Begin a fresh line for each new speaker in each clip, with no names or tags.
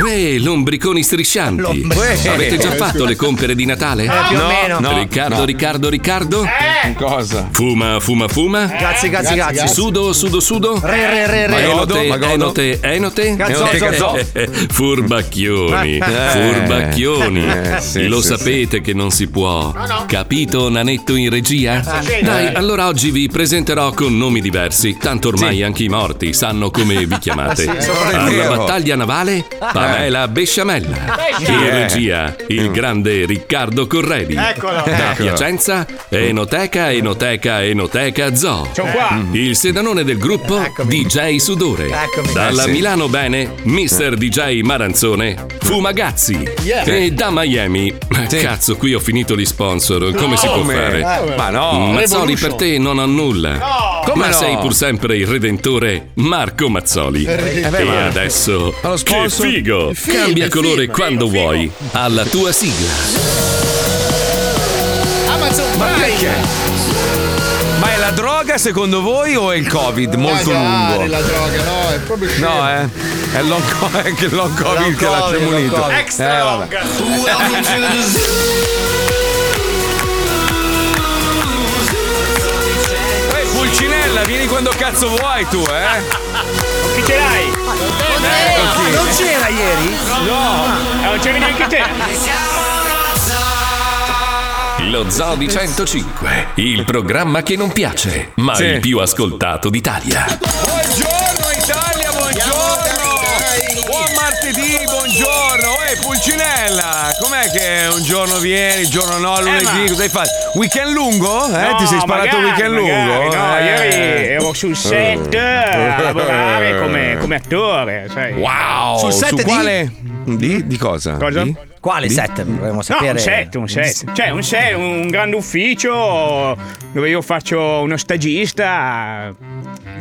Uè, Eh, lombriconi striscianti. Eh,
Lombriconi.
Avete già fatto le compere di Natale?
Eh, più o No. meno. Eh. No.
Riccardo, Riccardo, Riccardo? Cosa? Fuma, fuma, fuma?
Eh. Cazzi, cazzi, cazzi.
Sudo, sudo, sudo?
Re, re, Eh, re, re.
Enote,
Magodo,
enote, enote?
Gazzò,
Enote,
gazzò.
eh, Furbacchioni,
Eh.
furbacchioni.
Eh, sì,
Lo
sì,
sapete che non si può. Capito, Nanetto in regia?
Ah,
Sì.
Dai, allora oggi vi presenterò con nomi diversi. Tanto ormai anche i morti sanno come vi chiamate.
Sì, sono Eh.
Alla
vero.
battaglia navale, Pamela Besciamella. In
Eh.
regia, il grande Riccardo Corredi.
Eccolo.
Da
Eccolo.
Piacenza, Enoteca, Enoteca, Enoteca Zoo.
Sono qua.
Mm. Il sedanone del gruppo DJ Sudore.
Eccomi.
Dalla
Eh, sì.
Milano Bene, Mr. DJ Maranzone, Fumagazzi.
Yeah.
E da Miami. Cazzo, qui ho finito gli sponsor. Come si può
Come?
fare? Mm.
Eh, ma no.
Mazzoli
Revolution.
per te non ha nulla.
Come
ma
no?
sei pur sempre il redentore Marco Mazzoli.
Eh, eh, beh,
e
ma-
adesso
Ma lo
che
sponsor-
figo!
Il film,
Cambia
il
colore
film.
quando vuoi alla tua sigla.
Amazon Prime.
eh.
Ma è la droga secondo voi o è il Covid? Molto
Magari
lungo.
Eh, la droga, no, è proprio scemo.
No, eh. È il long, co- è anche il long Covid
Long
che l'ha Eh,
Covid, long
demolito.
Covid.
Extra Pulcinella, vieni quando cazzo vuoi tu, eh?
Chi ce l'hai?
Eh,
Non c'era ieri?
No, Eh, non c'eri neanche te.
Lo Zoo di 105, il programma che non piace, ma
Sì.
il più ascoltato d'Italia.
Buongiorno Italia, buongiorno! Buon martedì, buongiorno! Uè, Pulcinella! Com'è che un giorno vieni, un giorno
Eh,
no, lunedì, cosa hai fatto? Weekend lungo? Eh,
No,
ti sei sparato un
magari,
weekend
magari,
lungo?
No,
Eh.
ieri ero sul set a lavorare come, come attore, sai.
Wow!
Sul set
su
di-
quale? Di, di cosa?
Cosa?
Di?
Quale
Di?
set?
Vorremmo
No, un set, un set. Cioè, un set, un grande ufficio dove io faccio uno stagista.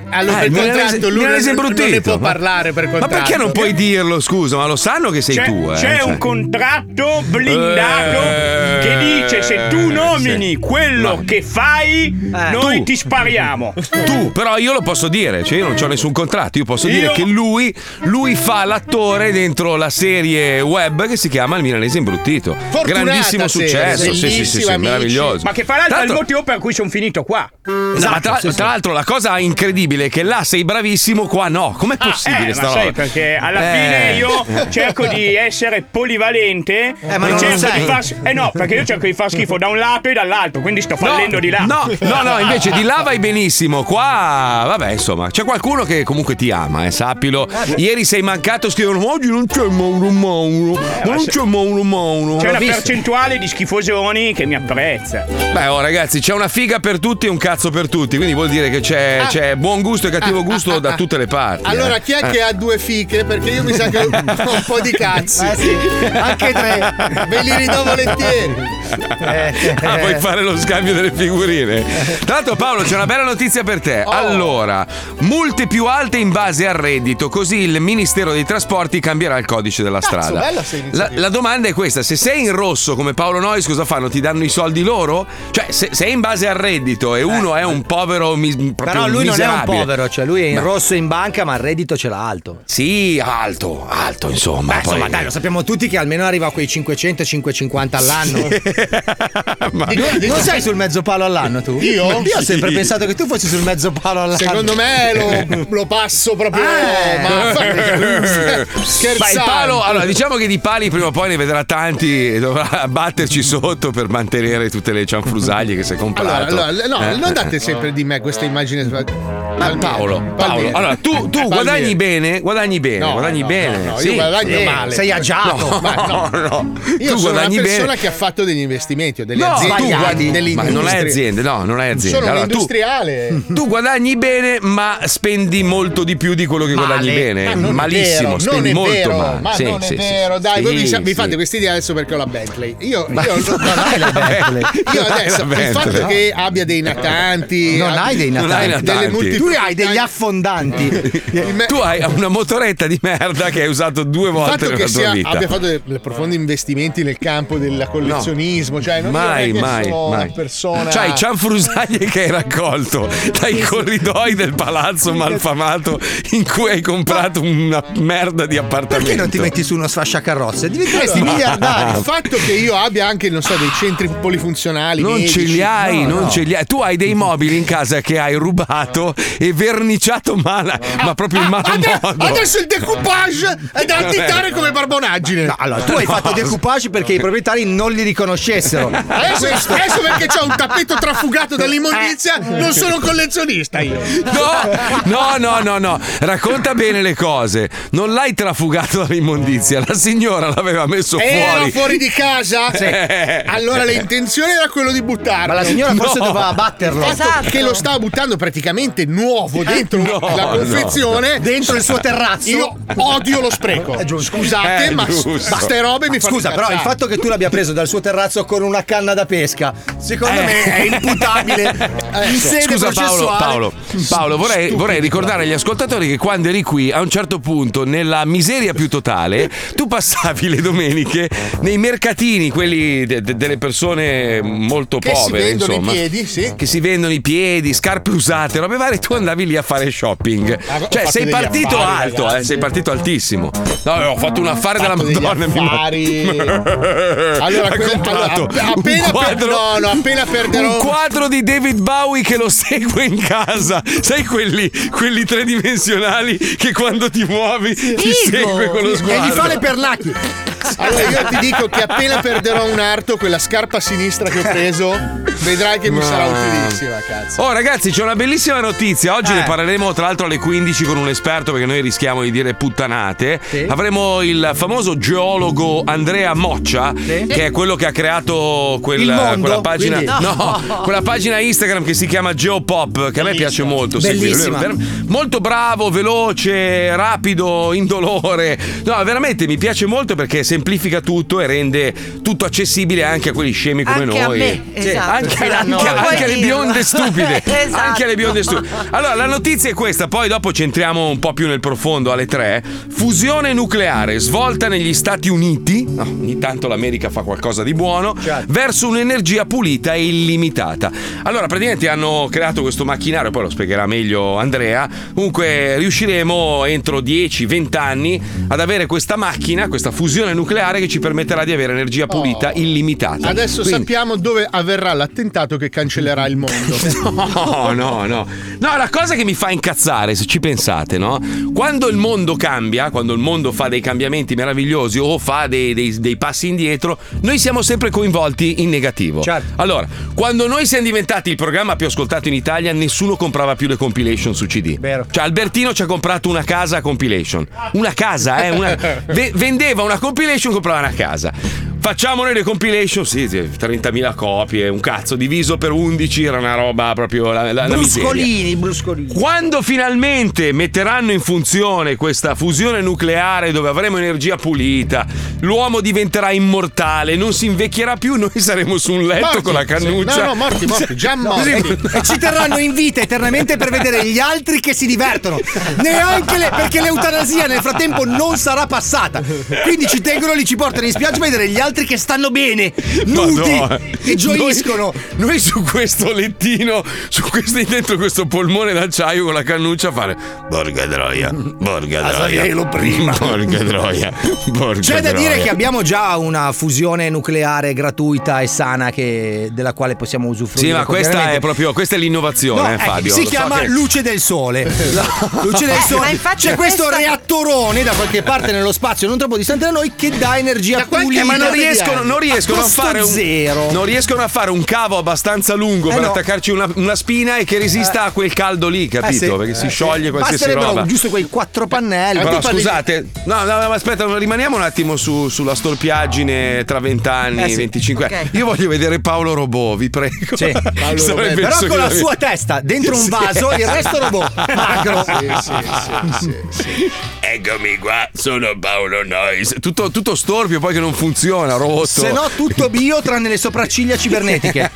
Allora,
Eh,
per
mi ha
contratto
reso-
lui
mi ha
non,
reso
non ne
imbruttito,
può
ma-
parlare per
Ma
contratto.
perché non puoi dirlo, scusa? Ma lo sanno che sei
C'è,
tu, eh?
c'è
Cioè-
un contratto blindato
Eh,
che dice se tu nomini
sì.
quello
Ma-
che fai, noi
Tu.
ti spariamo.
Eh. Tu, però io lo posso dire, cioè io non ho nessun contratto, io posso dire
Io-
che lui, lui fa l'attore dentro la serie web che si chiama Il Milanese Imbruttito.
Fortunata
Grandissimo
serie,
successo, sì, sì, sì,
bellissima,
sì,
amici.
meraviglioso.
Ma che fra l'altro è il
Tra l'altro-
motivo per cui sono finito qua. Esatto,
No, ma tra, tra l'altro la cosa incredibile è che là sei bravissimo, qua no. Com'è possibile
Eh,
sta
ma
roba?
sai perché alla
Eh.
fine io cerco di essere polivalente
ma
e
non lo
cerco
sei.
di far eh no perché io cerco di far schifo da un lato e dall'altro quindi sto fallendo
no,
di là
No, no, no, invece di là vai benissimo. Qua, vabbè, insomma, c'è qualcuno che comunque ti ama, eh, sappilo. Ieri sei mancato, scrivono oggi non c'è Mauro Mauro. ma non c'è Mauro Mauro.
Eh, c'è
L'ho
una
visto.
percentuale di schifosoni che mi apprezza
Beh, oh ragazzi, c'è una figa per tutti e un cazzo per tutti, quindi vuol dire che c'è,
Ah.
c'è buon gusto e cattivo gusto da tutte le parti.
Allora, chi è
Eh.
che ha due fiche? Perché io mi sa che ho un po', un po' di cazzi.
Eh,
Anche tre. Ve li ridò volentieri.
ah, vuoi fare lo scambio delle figurine? Tra l'altro, Paolo, c'è una bella notizia per te.
Oh.
Allora, multe più alte in base al reddito, così il Ministero dei Trasporti cambierà il codice della strada.
bella sta iniziativa.
la, la domanda è questa: se sei in rosso come Paolo Nois, cosa fanno? Ti danno i soldi loro? Cioè, se sei in base al reddito
Eh,
e uno è un povero mi- proprio
Però lui non è un
miserabile.
povero, cioè lui è in
Ma-
rosso in banca, ma il reddito ce l'ha alto.
Sì, alto, alto, insomma. poi
Beh, insomma, dai,
magari-
lo sappiamo tutti che almeno arriva a quei 500-550 all'anno. Non- Non sei sul mezzo palo all'anno tu?
Io?
Io ho sempre
Sì.
pensato che tu fossi sul mezzo palo all'anno.
Secondo me lo, lo passo proprio.
Eh.
Ma scherzando.
Ma il palo, allora diciamo che di pali prima o poi ne vedrà tanti e dovrà batterci sotto per mantenere tutte le cianfrusaglie che si è
Allora,
comprato.
allora, no,
Eh. Ah,
non date sempre di me questa immagine. Ma
Paolo, Paolo, allora tu, tu guadagni bene, guadagni bene,
No,
guadagni
no,
bene.
no, no, io
sì.
guadagno
Sì.
male. Sei agiato.
No,
Ma no.
no.
Io
tu
sono una
guadagni
persona
bene.
che ha fatto degli investimenti o delle
No,
aziende.
tu guadagni, ma
dell'industria.
non hai aziende, no, non hai aziende.
Sono un
Allora, tu-
industriale.
Tu guadagni bene, ma spendi molto di più di quello che
Male.
guadagni
Ma
bene.
non è vero,
Malissimo,
non
spendi
è
molto
vero,
male.
Ma
Sì,
non
sì,
è
sì.
vero, dai, voi mi,
Sì,
sa- mi
sì.
fate questa idea adesso perché ho la Bentley. Io,
Ma-
io, non-
non hai la Bentley.
Io
Non hai
adesso,
la
il fatto
Bentley.
che abbia dei natanti,
Non hai dei
Non hai
natanti.
natanti.
Tu hai degli affondanti.
Tu hai una motoretta di merda che hai usato due
Il
volte
fatto
nella
che
tua
sia-
vita.
abbia fatto dei, dei profondi investimenti nel campo della
No,
cinismo, cioè non
Mai,
dire che
mai,
sono
mai. Cioè,
una persona
C'hai cianfrusaglie che hai raccolto dai corridoi del palazzo malfamato in cui hai comprato una merda di appartamento. Ah,
Perché non ti metti su uno sfasciacarrozze?
Diventeresti
Diventeresti
miliardario.
miliardario.
Il fatto che io abbia anche, non so, dei centri polifunzionali.
Non ce
medici-
li hai,
No,
non
no.
ce li hai. Tu hai dei mobili in casa che hai rubato e verniciato male, ma proprio in malo
Ade-
modo.
Ah, Adesso il decoupage è da attentare come barbonaggine.
No, allora, tu hai fatto decoupage perché i proprietari non li riconoscessero.
Eh,
Adesso, adesso perché c'ho un tappeto trafugato dall'immondizia,
Eh.
non sono collezionista io.
No, no, no, no, no. Racconta bene le cose. Non l'hai trafugato dall'immondizia, la signora l'aveva messo
Era
fuori.
fuori. di casa?
Sì.
Allora l'intenzione era quella di buttarlo.
Ma la signora forse
No.
doveva batterlo.
Il fatto Che lo stava buttando praticamente nuovo dentro
Eh, No,
la confezione.
Dentro il suo terrazzo.
Io odio lo spreco.
È giusto.
Scusate,
È
ma
Eh, giusto.
queste robe mi fanno
Scusa, però il
incazzare.
fatto che tu l'abbia preso dal suo terrazzo con una canna da pesca, secondo
Eh.
me è imputabile in sede
Scusa Paolo,
processuale.
Paolo, Paolo, vorrei, vorrei ricordare agli ascoltatori che quando eri qui a un certo punto nella miseria più totale tu passavi le domeniche nei mercatini, quelli de- de- delle persone molto
Che si
povere
vendono i
insomma.
piedi, sì.
Che si vendono i piedi, scarpe usate, robe varie, tu andavi lì a fare shopping.
Ah, ho
Cioè
fatto
sei
degli
partito
affari,
alto,
ragazzi.
eh, sei partito altissimo. No, ho fatto un affare della
fatto degli
Madonna. mi-
affari. Allora,
Ha
quella-
comprato
allora,
un
app- appena per-
quadro-
no, no, appena perderò-
un quadro di David Bowie che lo segue in casa. Sai quelli, quelli tridimensionali che quando ti muovi ti segue con lo
E gli
sguardo.
fa le pernacchi.
Allora io ti dico che appena perderò un arto, quella scarpa a sinistra che ho preso, vedrai che mi sarà utilissima, cazzo.
Oh ragazzi, c'è una bellissima notizia. Oggi ne parleremo tra l'altro alle 15 con un esperto perché noi rischiamo di dire puttanate. Avremo il famoso geologo Andrea Moccia, che è quello che ha creato
Il
quella,
mondo,
quella pagina
quindi?
no, quella pagina Instagram che si chiama Geopop, che a me piace molto seguire. Lui è
Bellissima.
ver- molto bravo, veloce, rapido, indolore. No, veramente mi piace molto perché semplifica tutto e rende tutto accessibile anche a quelli scemi come
Anche a
noi.
me,
Sì,
esatto.
anche-
Sì,
anche-
no,
anche
puoi
alle
dirlo.
bionde stupide.
Esatto.
Anche alle bionde stupide. Allora, la notizia è questa, poi dopo ci entriamo un po' più nel profondo alle 3. Fusione nucleare svolta negli Stati Uniti, no, ogni tanto l'America fa qualcosa di buono, verso un'energia pulita e illimitata. Allora, praticamente hanno creato questo macchinario, poi lo spiegherà meglio Andrea. Comunque riusciremo entro 10-20 anni ad avere questa macchina, questa fusione nucleare che ci permetterà di avere energia pulita illimitata.
Adesso
Quindi-
sappiamo dove avverrà l'attentato che cancellerà il mondo.
No, no, no. No, la cosa che mi fa incazzare, se ci pensate, no? Quando il mondo cambia, quando il mondo fa dei cambiamenti meravigliosi o fa dei, dei- dei passi indietro, noi siamo sempre coinvolti in negativo.
Certo.
Allora, quando noi siamo diventati il programma più ascoltato in Italia, nessuno comprava più le compilation su CD.
Vero.
Cioè, Albertino ci ha comprato una casa a compilation. Una casa, eh? una- ve- vendeva una compilation, comprava una casa. Facciamo noi le compilation, sì, sì, 30.000 copie, un cazzo, diviso per 11 era una roba proprio la, la, la miseria.
Bruscolini, bruscolini.
Quando finalmente metteranno in funzione questa fusione nucleare dove avremo energia pulita, l'uomo diventerà immortale, non si invecchierà più, noi saremo su un letto
Morti,
Eh, con la cannuccia.
No, no, morti, morti, già morti.
E ci terranno in vita eternamente per vedere gli altri che si divertono. Neanche le, perché l'eutanasia nel frattempo non sarà passata. Quindi ci tengono lì, ci portano in spiaggia a vedere gli altri che stanno bene, nudi
Madonna.
e gioiscono.
Noi, noi su questo lettino, su questo, dentro questo polmone d'acciaio con la cannuccia a fare Borga Droia, Borga
Ah,
Droia, prima. Borga Droia, Borga
C'è da dire
Droia".
che abbiamo già una fusione nucleare gratuita e sana che- della quale possiamo usufruire.
Sì, ma questa è
quotidianamente.
proprio questa è l'innovazione,
ecco, No,
eh,
eh,
Fabio.
si
Lo so
chiama
che-
luce del sole.
Esatto.
Luce del
Eh, ma
sole.
infatti
C'è questo
questa-
reattorone da qualche parte nello spazio, non troppo distante da noi, che dà energia
qualche-
pulita. eh,
ma
non riescono, non riescono a,
costo
fare un,
zero.
non riescono a fare un cavo abbastanza lungo
Eh
per
no. Eh.
attaccarci una, una spina e che resista a quel caldo lì, capito?
sì.
Perché si scioglie qualsiasi
Basterebbero
roba. Eh,
giusto quei quattro pannelli.
Però
Tu Eh, parli-
scusate, no, no, no, aspetta, rimaniamo un attimo su- sulla storpiaggine tra 20 anni,
Eh sì.
25 anni.
Ok.
Io voglio vedere Paolo Robò, vi prego.
Sì.
Paolo Sarebbe il
Però
sogno
con la
della
sua
mia-
testa dentro un
Sì.
vaso, il resto robot magro.
Eccomi qua, sono Paolo Nois. Tutto, tutto storpio, poi che non funziona. Madonna, rotto.
Se no, tutto bio tranne le sopracciglia cibernetiche.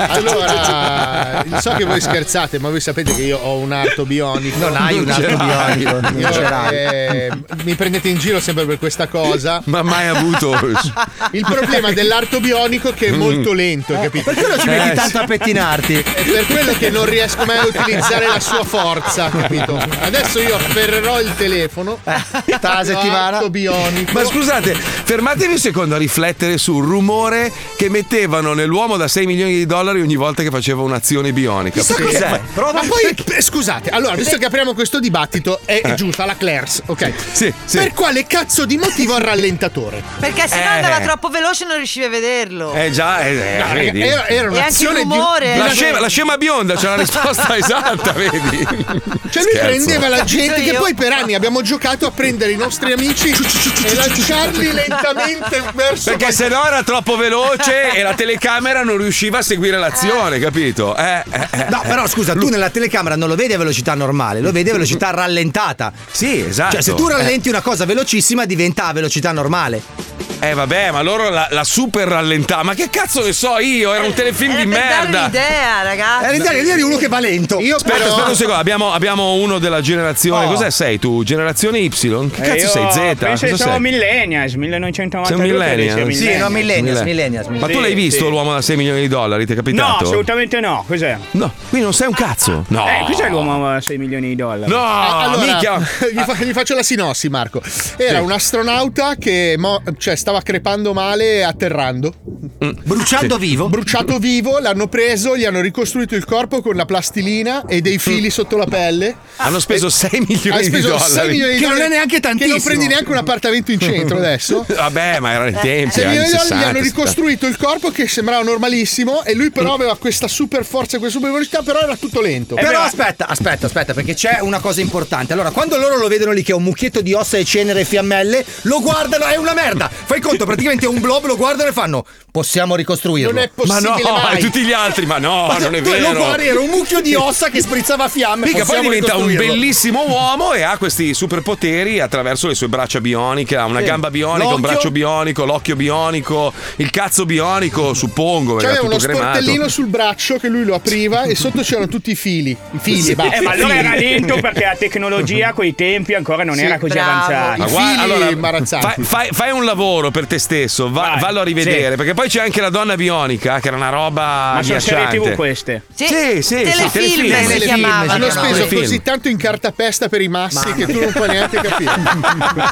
Allora, so che voi scherzate, ma voi sapete che io ho un arto bionico.
Non hai un arto bionico, non
Io,
ce l'hai.
eh, mi prendete in giro sempre per questa cosa.
Ma mai avuto.
Il problema dell'arto bionico è che
Mm.
è molto lento, capito?
Perché non Eh, ci metti tanto a pettinarti?
È per quello che non riesco mai a utilizzare la sua forza, capito? Adesso io afferrerò il telefono.
Eh, Tutta la settimana.
Arto bionico.
Ma scusate, fermatevi un secondo a riflettere sul rumore che mettevano nell'uomo da 6 milioni di dollari ogni volta che faceva un'azione bionica.
Sì.
Perché-
Ma- Ma poi eh, scusate, allora, visto che apriamo questo dibattito, è giusta la Clairs, ok?
Eh. Sì, sì.
Per quale cazzo di motivo ha il rallentatore?
Perché se no
Eh.
andava troppo veloce e non riuscivi a vederlo.
Eh già, eh, eh, vedi?
Era, era
E anche il
un'azione di.
rumore.
La scema, la scema bionda c'è la risposta esatta, vedi?
Cioè lui
Scherzo.
prendeva la gente
Capito
che
io.
poi per anni abbiamo giocato a prendere i nostri amici e lanciarli lentamente verso
Perché se no era troppo veloce e la telecamera non riusciva a seguire l'azione, capito? Eh, eh, eh.
No, però scusa, tu nella telecamera non lo vedi a velocità normale, lo vedi a velocità rallentata.
Sì, esatto.
Cioè, se tu rallenti una cosa velocissima diventa a velocità normale.
Eh vabbè, ma loro la, la super rallentava. Ma che cazzo ne so io? Era un telefilm
Era
di
per dare
merda.
Eh, un'idea, ragazzi.
Eh, l'idea- l'idea di uno che va lento.
Io
Aspetta,
però
aspetta un secondo, abbiamo, abbiamo uno della generazione. Cos'è sei tu? Generazione Y? Che
Eh,
cazzo sei?
io
Z?
Penso
Cosa
che siamo
sei?
millennials, 1992.
Sei un
credo sia
millennial?
Sì, no,
millennial.
millennials,
Millennial.
millennials.
Ma tu
Sì,
l'hai visto
sì.
l'uomo da 6 milioni di dollari? Ti è
No,
capitato?
assolutamente no. Cos'è?
No, qui non sei un cazzo. No.
Eh, cos'è l'uomo a 6 milioni di dollari?
No,
Ah, allora,
minchia.
gli, fa- gli faccio la sinossi, Marco. Era un astronauta che mo- cioè, stava crepando male e atterrando.
Mm.
Bruciando vivo.
Bruciato vivo, l'hanno preso, gli hanno ricostruito il corpo con la plastilina e dei fili sotto la pelle.
Mm. Hanno speso 6 milioni
Hai
di
speso
dollari.
6 milioni di
Che non
dollari.
è neanche
Che
tantissimo.
non prendi neanche un appartamento in centro adesso.
Vabbè, ma erano i tempi.
6
anni
milioni di dollari gli
60,
hanno
70.
ricostruito il corpo che sembrava normalissimo e lui
Mm.
però aveva questa super forza e questa super velocità, però era tutto lento.
Eh,
Però aspetta, aspetta, aspetta, perché c'è una cosa importante. Allora, quando loro lo vedono lì che è un mucchietto di ossa e cenere e fiammelle, lo guardano, è una merda. Fai conto, praticamente è un blob, lo guardano e fanno: possiamo ricostruirlo.
Non è
Ma
possibile
no,
mai.
e tutti gli altri, ma no,
Ma
non è
tu Lo
vero.
guardi, era un mucchio di ossa che sprizzava fiamme.
Mica poi
possiamo
diventa un
ricostruirlo.
bellissimo uomo e ha questi superpoteri attraverso le sue braccia bioniche, ha una gamba bionica, un
L'occhio.
braccio bionico, l'occhio bionico, il cazzo bionico, suppongo, perché
C'era
era
uno
tutto cremato.
sportellino sul braccio che lui lo apriva e sotto c'erano tutti i fili. I fili, basta.
Eh, ma allora era lento perché la tecnologia a quei tempi ancora non
Sì,
era così
bravo.
avanzata.
I
Ma guarda,
fili
allora,
imbarazzanti.
fai, fai- fai un lavoro per te stesso, va-
Vai,
vallo a rivedere,
sì.
perché poi c'è anche la donna bionica, che era una roba
Ma sono serie
agghiacciante.
TV queste.
Sì,
Sì, sì, sì,
telefilm
telefilm.
si
Telefilm,
chiamava.
Hanno
no,
speso
no, film.
così tanto in cartapesta per i massi che tu non puoi neanche capire.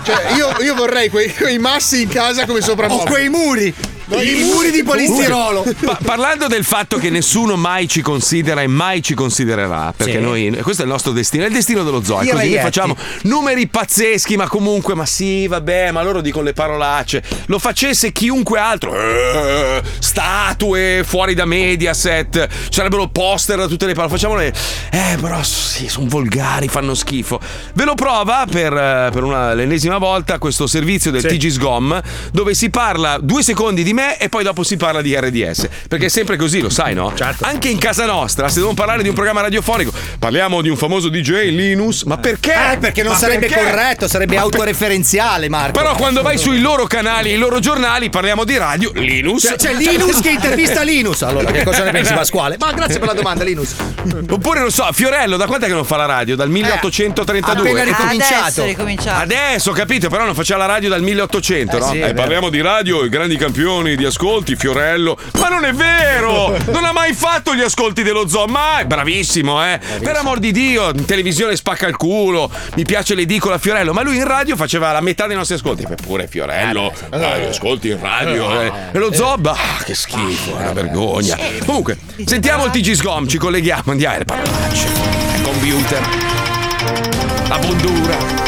cioè, io, io vorrei quei, quei massi in casa come
Ho
sopravvoglia.
quei muri. I muri di polistirolo.
Pa- parlando del fatto che nessuno mai ci considera e mai ci considererà, perché
Sì.
noi, questo è il nostro destino, è il destino dello zoo. è
I
Così noi
reietti.
facciamo numeri pazzeschi, ma comunque, ma sì, vabbè, ma loro dicono le parolacce. Lo facesse chiunque altro, eh, statue fuori da Mediaset, ci sarebbero poster da tutte le parole. Facciamole, eh, però sì, sono volgari, fanno schifo. Ve lo prova per, eh, per una- l'ennesima volta questo servizio del TG Sgom, dove si parla due secondi di me e poi dopo si parla di RDS. Perché è sempre così, lo sai, no? Anche in casa nostra, se devo parlare di un programma radiofonico, parliamo di un famoso DJ Linus, ma perché?
Eh, perché non
Ma
sarebbe
perché?
corretto, sarebbe autoreferenziale, Marco.
Però quando vai sui loro canali, i loro giornali, parliamo di radio, Linus.
Cioè, c'è Linus che intervista Linus. Allora, che cosa ne pensi, Pasquale? Ma grazie per la domanda, Linus.
Oppure non so, Fiorello, da quant'è che non fa la radio? Dal 1832.
Eh, appena
E-
Ah,
ricominciato.
Adesso ricominciato.
Adesso, capito, però non faceva la radio dal 1800, no?
sì, è
Eh,
vero.
parliamo di radio, i grandi campioni di ascolti, Fiorello. Ma non è vero! Non ha mai fatto gli ascolti dello zoo, mai! Bravissimo, eh! Per amor di Dio, in televisione spacca il culo, mi piace l'edicola Fiorello, ma lui in radio faceva la metà dei nostri ascolti. Eppure Fiorello, dai, ascolti in radio. eh. E lo zoo, bah, che schifo, è una vergogna. Comunque, sentiamo il TG Sgom, ci colleghiamo, andiamo, le parolacce. Computer. La bondura.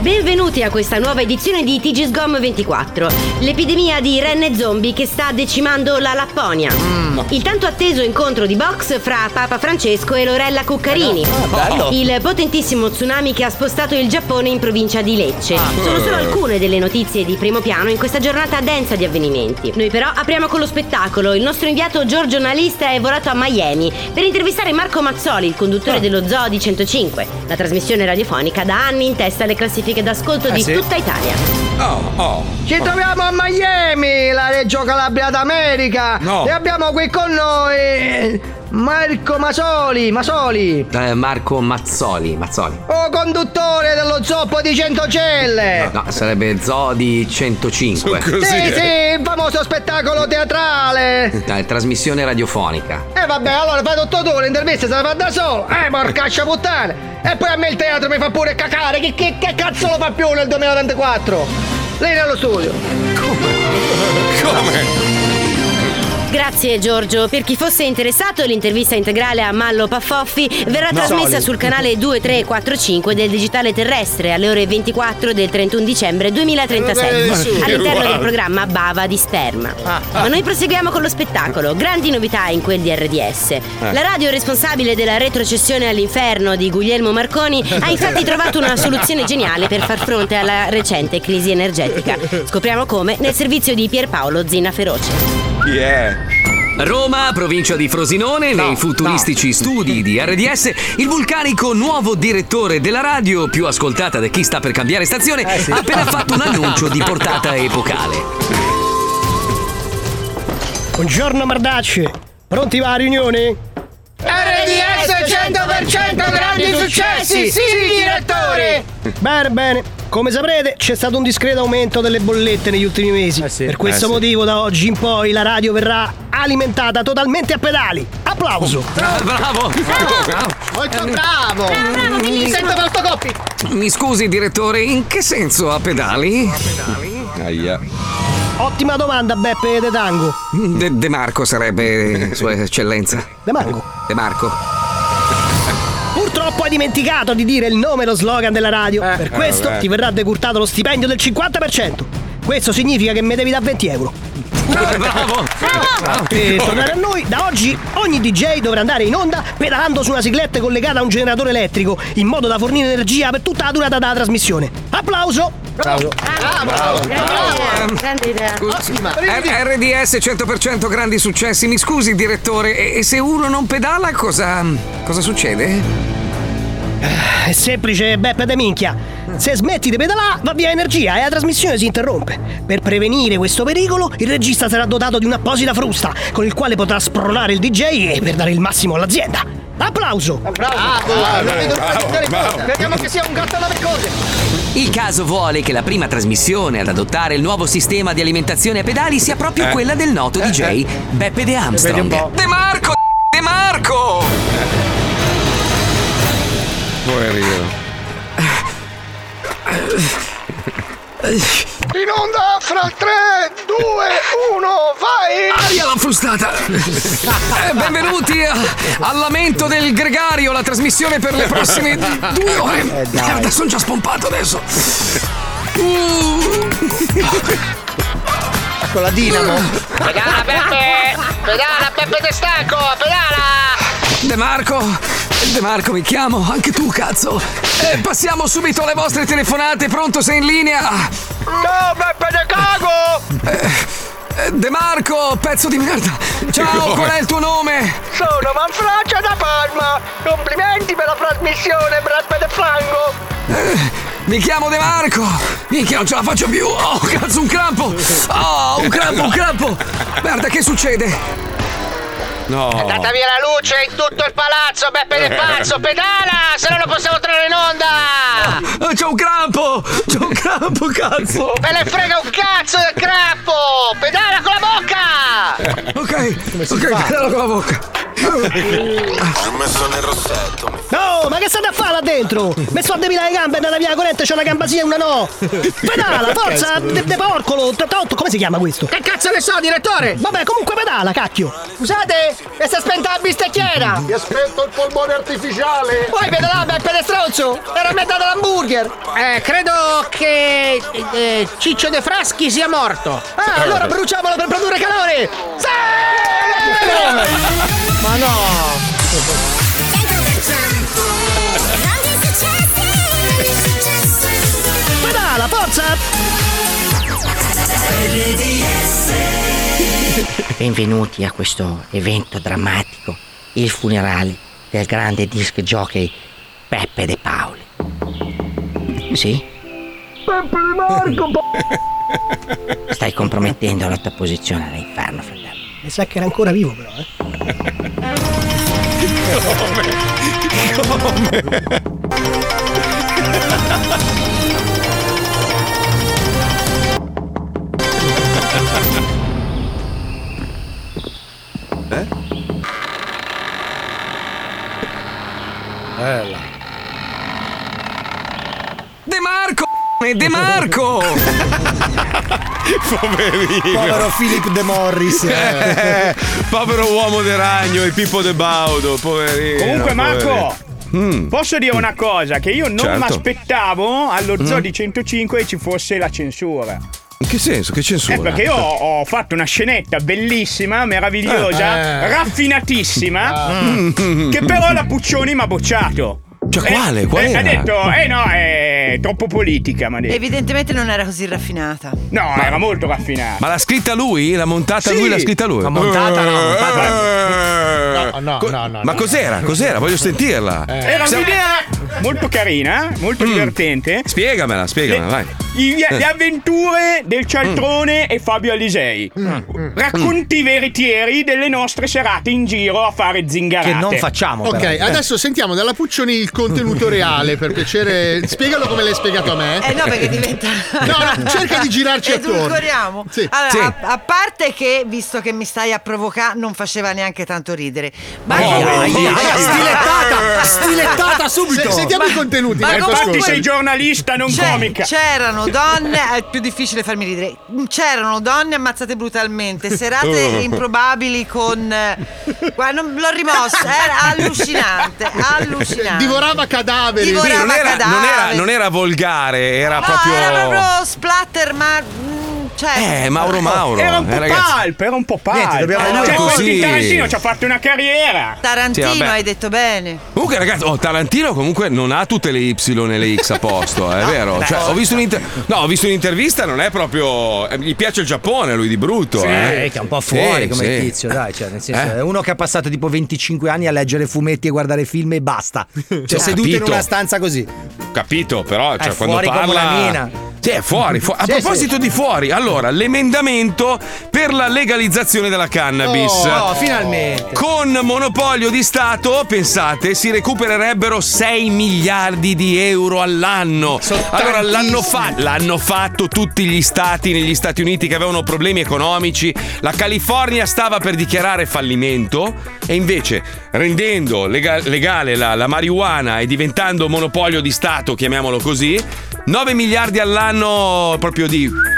Benvenuti benvenuti a questa nuova edizione di TGSGOM 24, l'epidemia di renne zombie che sta decimando la Lapponia.
Mm.
Il tanto atteso incontro di box fra Papa Francesco e Lorella Cuccarini.
bello.
Il potentissimo tsunami che ha spostato il Giappone in provincia di Lecce.
Ah.
Sono solo alcune delle notizie di primo piano in questa giornata densa di avvenimenti. Noi però apriamo con lo spettacolo. Il nostro inviato Giorgio Analista è volato a Miami per intervistare Marco Mazzoli, il conduttore dello Zoo di 105, la trasmissione radiofonica da anni in testa alle classifiche d'ascolto di
sì.
tutta Italia.
Oh, oh.
Ci troviamo a Miami, la Reggio Calabria d'America.
No.
E abbiamo qui con noi eh, Marco Masoli, Masoli,
Eh, Marco Mazzoli, Mazzoli.
o conduttore dello zoppo di Centocelle.
No, sarebbe Zodi 105.
Ah, Così.
Sì, sì, il famoso spettacolo teatrale.
Eh, Trasmissione radiofonica.
E vabbè, allora fai tutto tu, l'intervista se la fa da solo. Eh, porcaccia puttana. E poi a me il teatro mi fa pure cacare. Che, che- che cazzo lo fa più nel 2024? Lei nello studio.
Grazie Giorgio. Per chi fosse interessato, l'intervista integrale a Mallo Paffoffi verrà trasmessa sul canale 2345 del Digitale Terrestre alle ore 24 del 31 dicembre 2036
Eh, sì,
all'interno
guarda. Ah,
del programma Bava di Sperma. Ma noi proseguiamo con lo spettacolo. Grandi novità in quel di RDS. La radio responsabile della retrocessione all'inferno di Guglielmo Marconi ha infatti trovato una soluzione geniale per far fronte alla recente crisi energetica. Scopriamo come nel servizio di Pierpaolo Zina Feroce.
Chi è?
Roma, provincia di Frosinone, nei futuristici studi di RDS, il vulcanico nuovo direttore della radio, più ascoltata da chi sta per cambiare stazione,
Eh,
ha appena fatto un annuncio di portata epocale.
Buongiorno mardacci, pronti va a riunione?
Eh,
RDS 100% grandi successi, sì direttore!
Bene, bene. Come saprete c'è stato un discreto aumento delle bollette negli ultimi mesi.
Eh
per questo motivo da oggi in poi la radio verrà alimentata totalmente a pedali. Applauso!
Ah, Bravo!
Molto
Eh,
bravo! Mi sento molto coppi!
Mi scusi direttore, in che senso a pedali?
Aia.
Ottima domanda Beppe De Tango.
De, De Marco sarebbe sua eccellenza.
De Mango.
De Marco.
Purtroppo hai dimenticato di dire il nome e lo slogan della radio. per questo
vabbè.
ti verrà decurtato lo stipendio del 50%. Questo significa che mi devi da 20 euro. Ah,
Ah, Bravo!
Per tornare a noi, da oggi ogni DJ dovrà andare in onda pedalando su una sigletta collegata a un generatore elettrico, in modo da fornire energia per tutta la durata della trasmissione. Applauso!
Grande idea.
Ah,
R- RDS 100% grandi successi. Mi scusi direttore, e e se uno non pedala cosa cosa succede?
È semplice, Beppe de minchia. Se smetti di pedalare, va via energia e la trasmissione si interrompe. Per prevenire questo pericolo, il regista sarà dotato di un'apposita frusta, con il quale potrà spronare il DJ e per dare il massimo all'azienda. Applauso! Ah,
Bravo! Ah, Non vedo l'ora di
Ah, bravo,
andare in
bravo.
onda. Vediamo che sia un gatto alla percosse!
Il caso vuole che la prima trasmissione ad adottare il nuovo sistema di alimentazione a pedali sia proprio quella del noto DJ Beppe De Armstrong. De Marco! De Marco!
Poverino.
In onda fra 3, 2, 1, vai!
Aria la frustata! Eh, benvenuti a- al lamento del gregario, la trasmissione per le prossime
Eh,
due ore. Merda, sono già spompato adesso. Mm.
Con la dinamo.
Pedala Peppe! Pedala Peppe Testaco! Pedala!
De Marco, De Marco mi chiamo, anche tu cazzo. Eh, passiamo subito alle vostre telefonate, pronto sei in linea?
No Peppe De Cago!
Eh, De Marco, pezzo di merda. Ciao, qual è il tuo nome?
Sono Manfraccia da Parma! Complimenti per la trasmissione Peppe De
Oh.
Franco!
Eh, Mi chiamo De Marco. Minchia, non ce la faccio più. Oh, cazzo, un crampo. Oh, un crampo, un crampo. Merda, che succede?
No.
Data via la luce in tutto il palazzo Peppe De Pazzo! Pedala! Se no non possiamo entrare in
Ah.
onda!
Oh, c'è un crampo. C'è un crampo, cazzo.
Me ne frega un cazzo del crappo! Pedala con la bocca!
Ok, ok, pedalo con la bocca.
No, Oh, ma che state a fare là dentro? Mi sto a depilare le gambe e andare via la corrente, c'ho una gamba sì e una no! Pedala, forza! De, de porcolo! to- to- come si chiama questo?
Che Eh, cazzo ne so, direttore?
Vabbè, comunque pedala, cacchio!
Scusate, e si è spenta la bistecchiera!
Ti aspetto il polmone artificiale!
Poi pedalava Beppe De Stronzo! Era a metà dell'hamburger! Eh, credo che eh, Ciccio De Fraschi sia morto! Ah, allora bruciamolo per produrre calore! Sì! Ma no!
Pedala, forza!
Benvenuti a questo evento drammatico, il funerale del grande disc jockey Peppe De Paoli. Sì?
Beppe Di Marco!
Stai compromettendo la tua posizione all'inferno, fratello.
Mi sa che era ancora vivo, però, eh.
Come?
Eh?
Bella. De Marco! De Marco!
Poverino.
Povero Philip De Morris.
Eh, povero uomo de ragno, il Pippo de Baudo, poverino.
Comunque, Marco,
poverino.
posso dire una cosa? Che io non
Mm. Certo. Mm.
mi aspettavo allo zoo di 105 ci fosse la censura.
In che senso? Che censura?
Eh, perché io ho, ho fatto una scenetta bellissima, meravigliosa,
Eh.
raffinatissima,
Mm.
che però la Puccioni mi ha bocciato.
Cioè,
Eh,
quale? Qual
eh,
era?
ha detto, eh no, è troppo politica, mi ha detto.
Evidentemente non era così raffinata.
No, era molto raffinata.
Ma l'ha scritta lui? L'ha montata
Sì.
lui? L'ha scritta lui?
Ma montata no,
montata
No, no, no, no,
Ma
no.
cos'era? Cos'era? Voglio sentirla.
Era un'idea molto carina, molto divertente.
Spiegamela, spiegamela,
Le-
vai.
I- le
Mm. Eh. Mm.
avventure del cialtrone e Fabio Alisei. Mm. Racconti veritieri delle nostre serate in giro a fare zingarate.
Eh. Ok,
Eh.
adesso sentiamo dalla Puccioni il contenuto reale, per piacere. Spiegalo come l'hai spiegato a me.
Eh no, perché diventa.
No, no, cerca di girarci attorno.
Edulcoriamo.
Sì.
Allora,
Sì.
A, a parte che, visto che mi stai a provocare, non faceva neanche tanto ridere.
Oh,
Ma io-
oh,
io-
oh, stilettata, stilettata subito. Se- sentiamo i contenuti,
ma
Marco,
comunque-
scusa. sei
giornalista, non
C'è-
comica.
C'erano donne, è più difficile farmi ridere. C'erano donne ammazzate brutalmente, serate
Oh.
improbabili con. eh, Guarda, non- l'ho rimosso, era allucinante, allucinante.
Divorava cadaveri.
Divorava
Sì, non, era,
cadaveri.
non era- non era volgare, era
No,
Ah, proprio.
era proprio splatter, ma. mm, Cioè,
Eh, Mauro Mauro.
Era un po'
eh, ragazzi.
pulp, era un po' pulp.
Niente, dobbiamo
Cioè,
andare
Quentin
così.
Tarantino ci ha fatto una carriera.
Tarantino,
Sì, vabbè.
hai detto bene.
Comunque, ragazzi, oh, Tarantino comunque non ha tutte le Y e le X a posto, è vero?
beh.
Cioè, ho, visto un'inter- no, ho visto un'intervista, non è proprio. eh, Gli piace il Giappone, lui di brutto.
Sì,
eh.
che è un po' fuori
Sì,
come
sì.
tizio, dai, cioè, nel senso,
Eh?
è uno che ha passato tipo 25 anni a leggere fumetti e guardare film e basta. Cioè,
Ho
seduto in
capito.
una stanza così.
Capito, però, cioè,
È
quando
fuori come
parla.
una mina.
Sì, è fuori. fu- A
Sì,
proposito di fuori, allora, l'emendamento per la legalizzazione della cannabis.
Oh, finalmente.
Con monopolio di Stato, pensate, si recupererebbero 6 miliardi di euro all'anno. Allora l'hanno, fa- l'hanno fatto tutti gli stati negli Stati Uniti che avevano problemi economici. La California stava per dichiarare fallimento e invece rendendo lega- legale la, la marijuana e diventando monopolio di Stato, chiamiamolo così, 9 miliardi all'anno proprio di...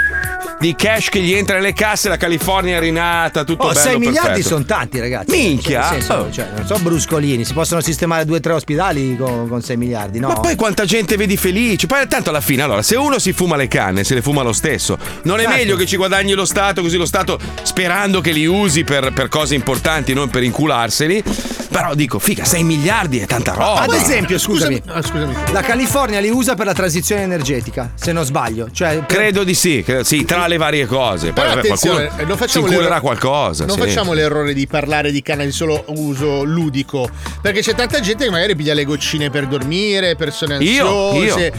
Di cash che gli entra nelle casse, la California è rinata, tutto
Oh,
bello
6 miliardi
perfetto.
sono tanti, ragazzi.
Minchia!
Cioè, nel senso,
Oh.
cioè, non so, bruscolini, si possono sistemare 2-3 ospedali con, con 6 miliardi, no?
Ma poi quanta gente vedi felice? Poi tanto alla fine, allora, se uno si fuma le canne, se le fuma lo stesso. Non è
Certo.
meglio che ci guadagni lo Stato, così lo Stato sperando che li usi per, per cose importanti, non per incularseli. Però dico, figa, 6 miliardi è tanta roba.
Ah, Ad esempio, scusami,
Ah, scusami.
la California li usa per la transizione energetica, se non sbaglio. Cioè,
Credo di sì, credo- sì, tra le varie cose. Poi
Però
vabbè,
attenzione, eh,
qualcuno
non
si
facciamo
inculerà
l'erro-
qualcosa.
Non
sì.
facciamo l'errore di parlare di cannabis solo uso ludico, perché c'è tanta gente che magari piglia le goccine per dormire, persone
Io,
ansiose. Cioè,
io,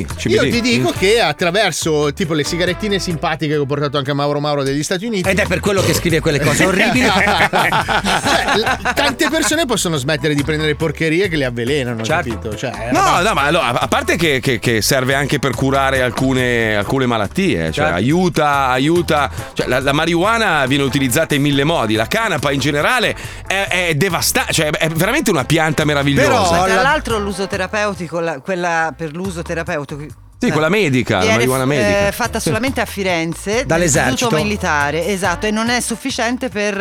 CBD, CBD. Mm.
Io ti dico che attraverso tipo le sigarettine simpatiche che ho portato anche a Mauro Mauro degli Stati Uniti.
Ed è per quello che scrive quelle cose orribili.
Cioè, l- tante persone possono smettere di prendere porcherie che le avvelenano,
Certo.
capito? Cioè,
Eh,
è una
No,
roba-
no, ma allora, a parte che, che- che serve anche per curare alcune, alcune malattie, cioè
Certo.
aiuta, aiuta. Cioè, la, la marijuana viene utilizzata in mille modi, la canapa in generale è, è devastante, cioè è veramente una pianta meravigliosa.
Ma tra l'altro l'uso terapeutico, la- quella per l'uso terapeutico.
Sì, quella medica, Ah, la
Viene,
marijuana
eh,
medica.
fatta solamente a Firenze
Dall'esercito.
dall'Istituto militare, esatto, e non è sufficiente per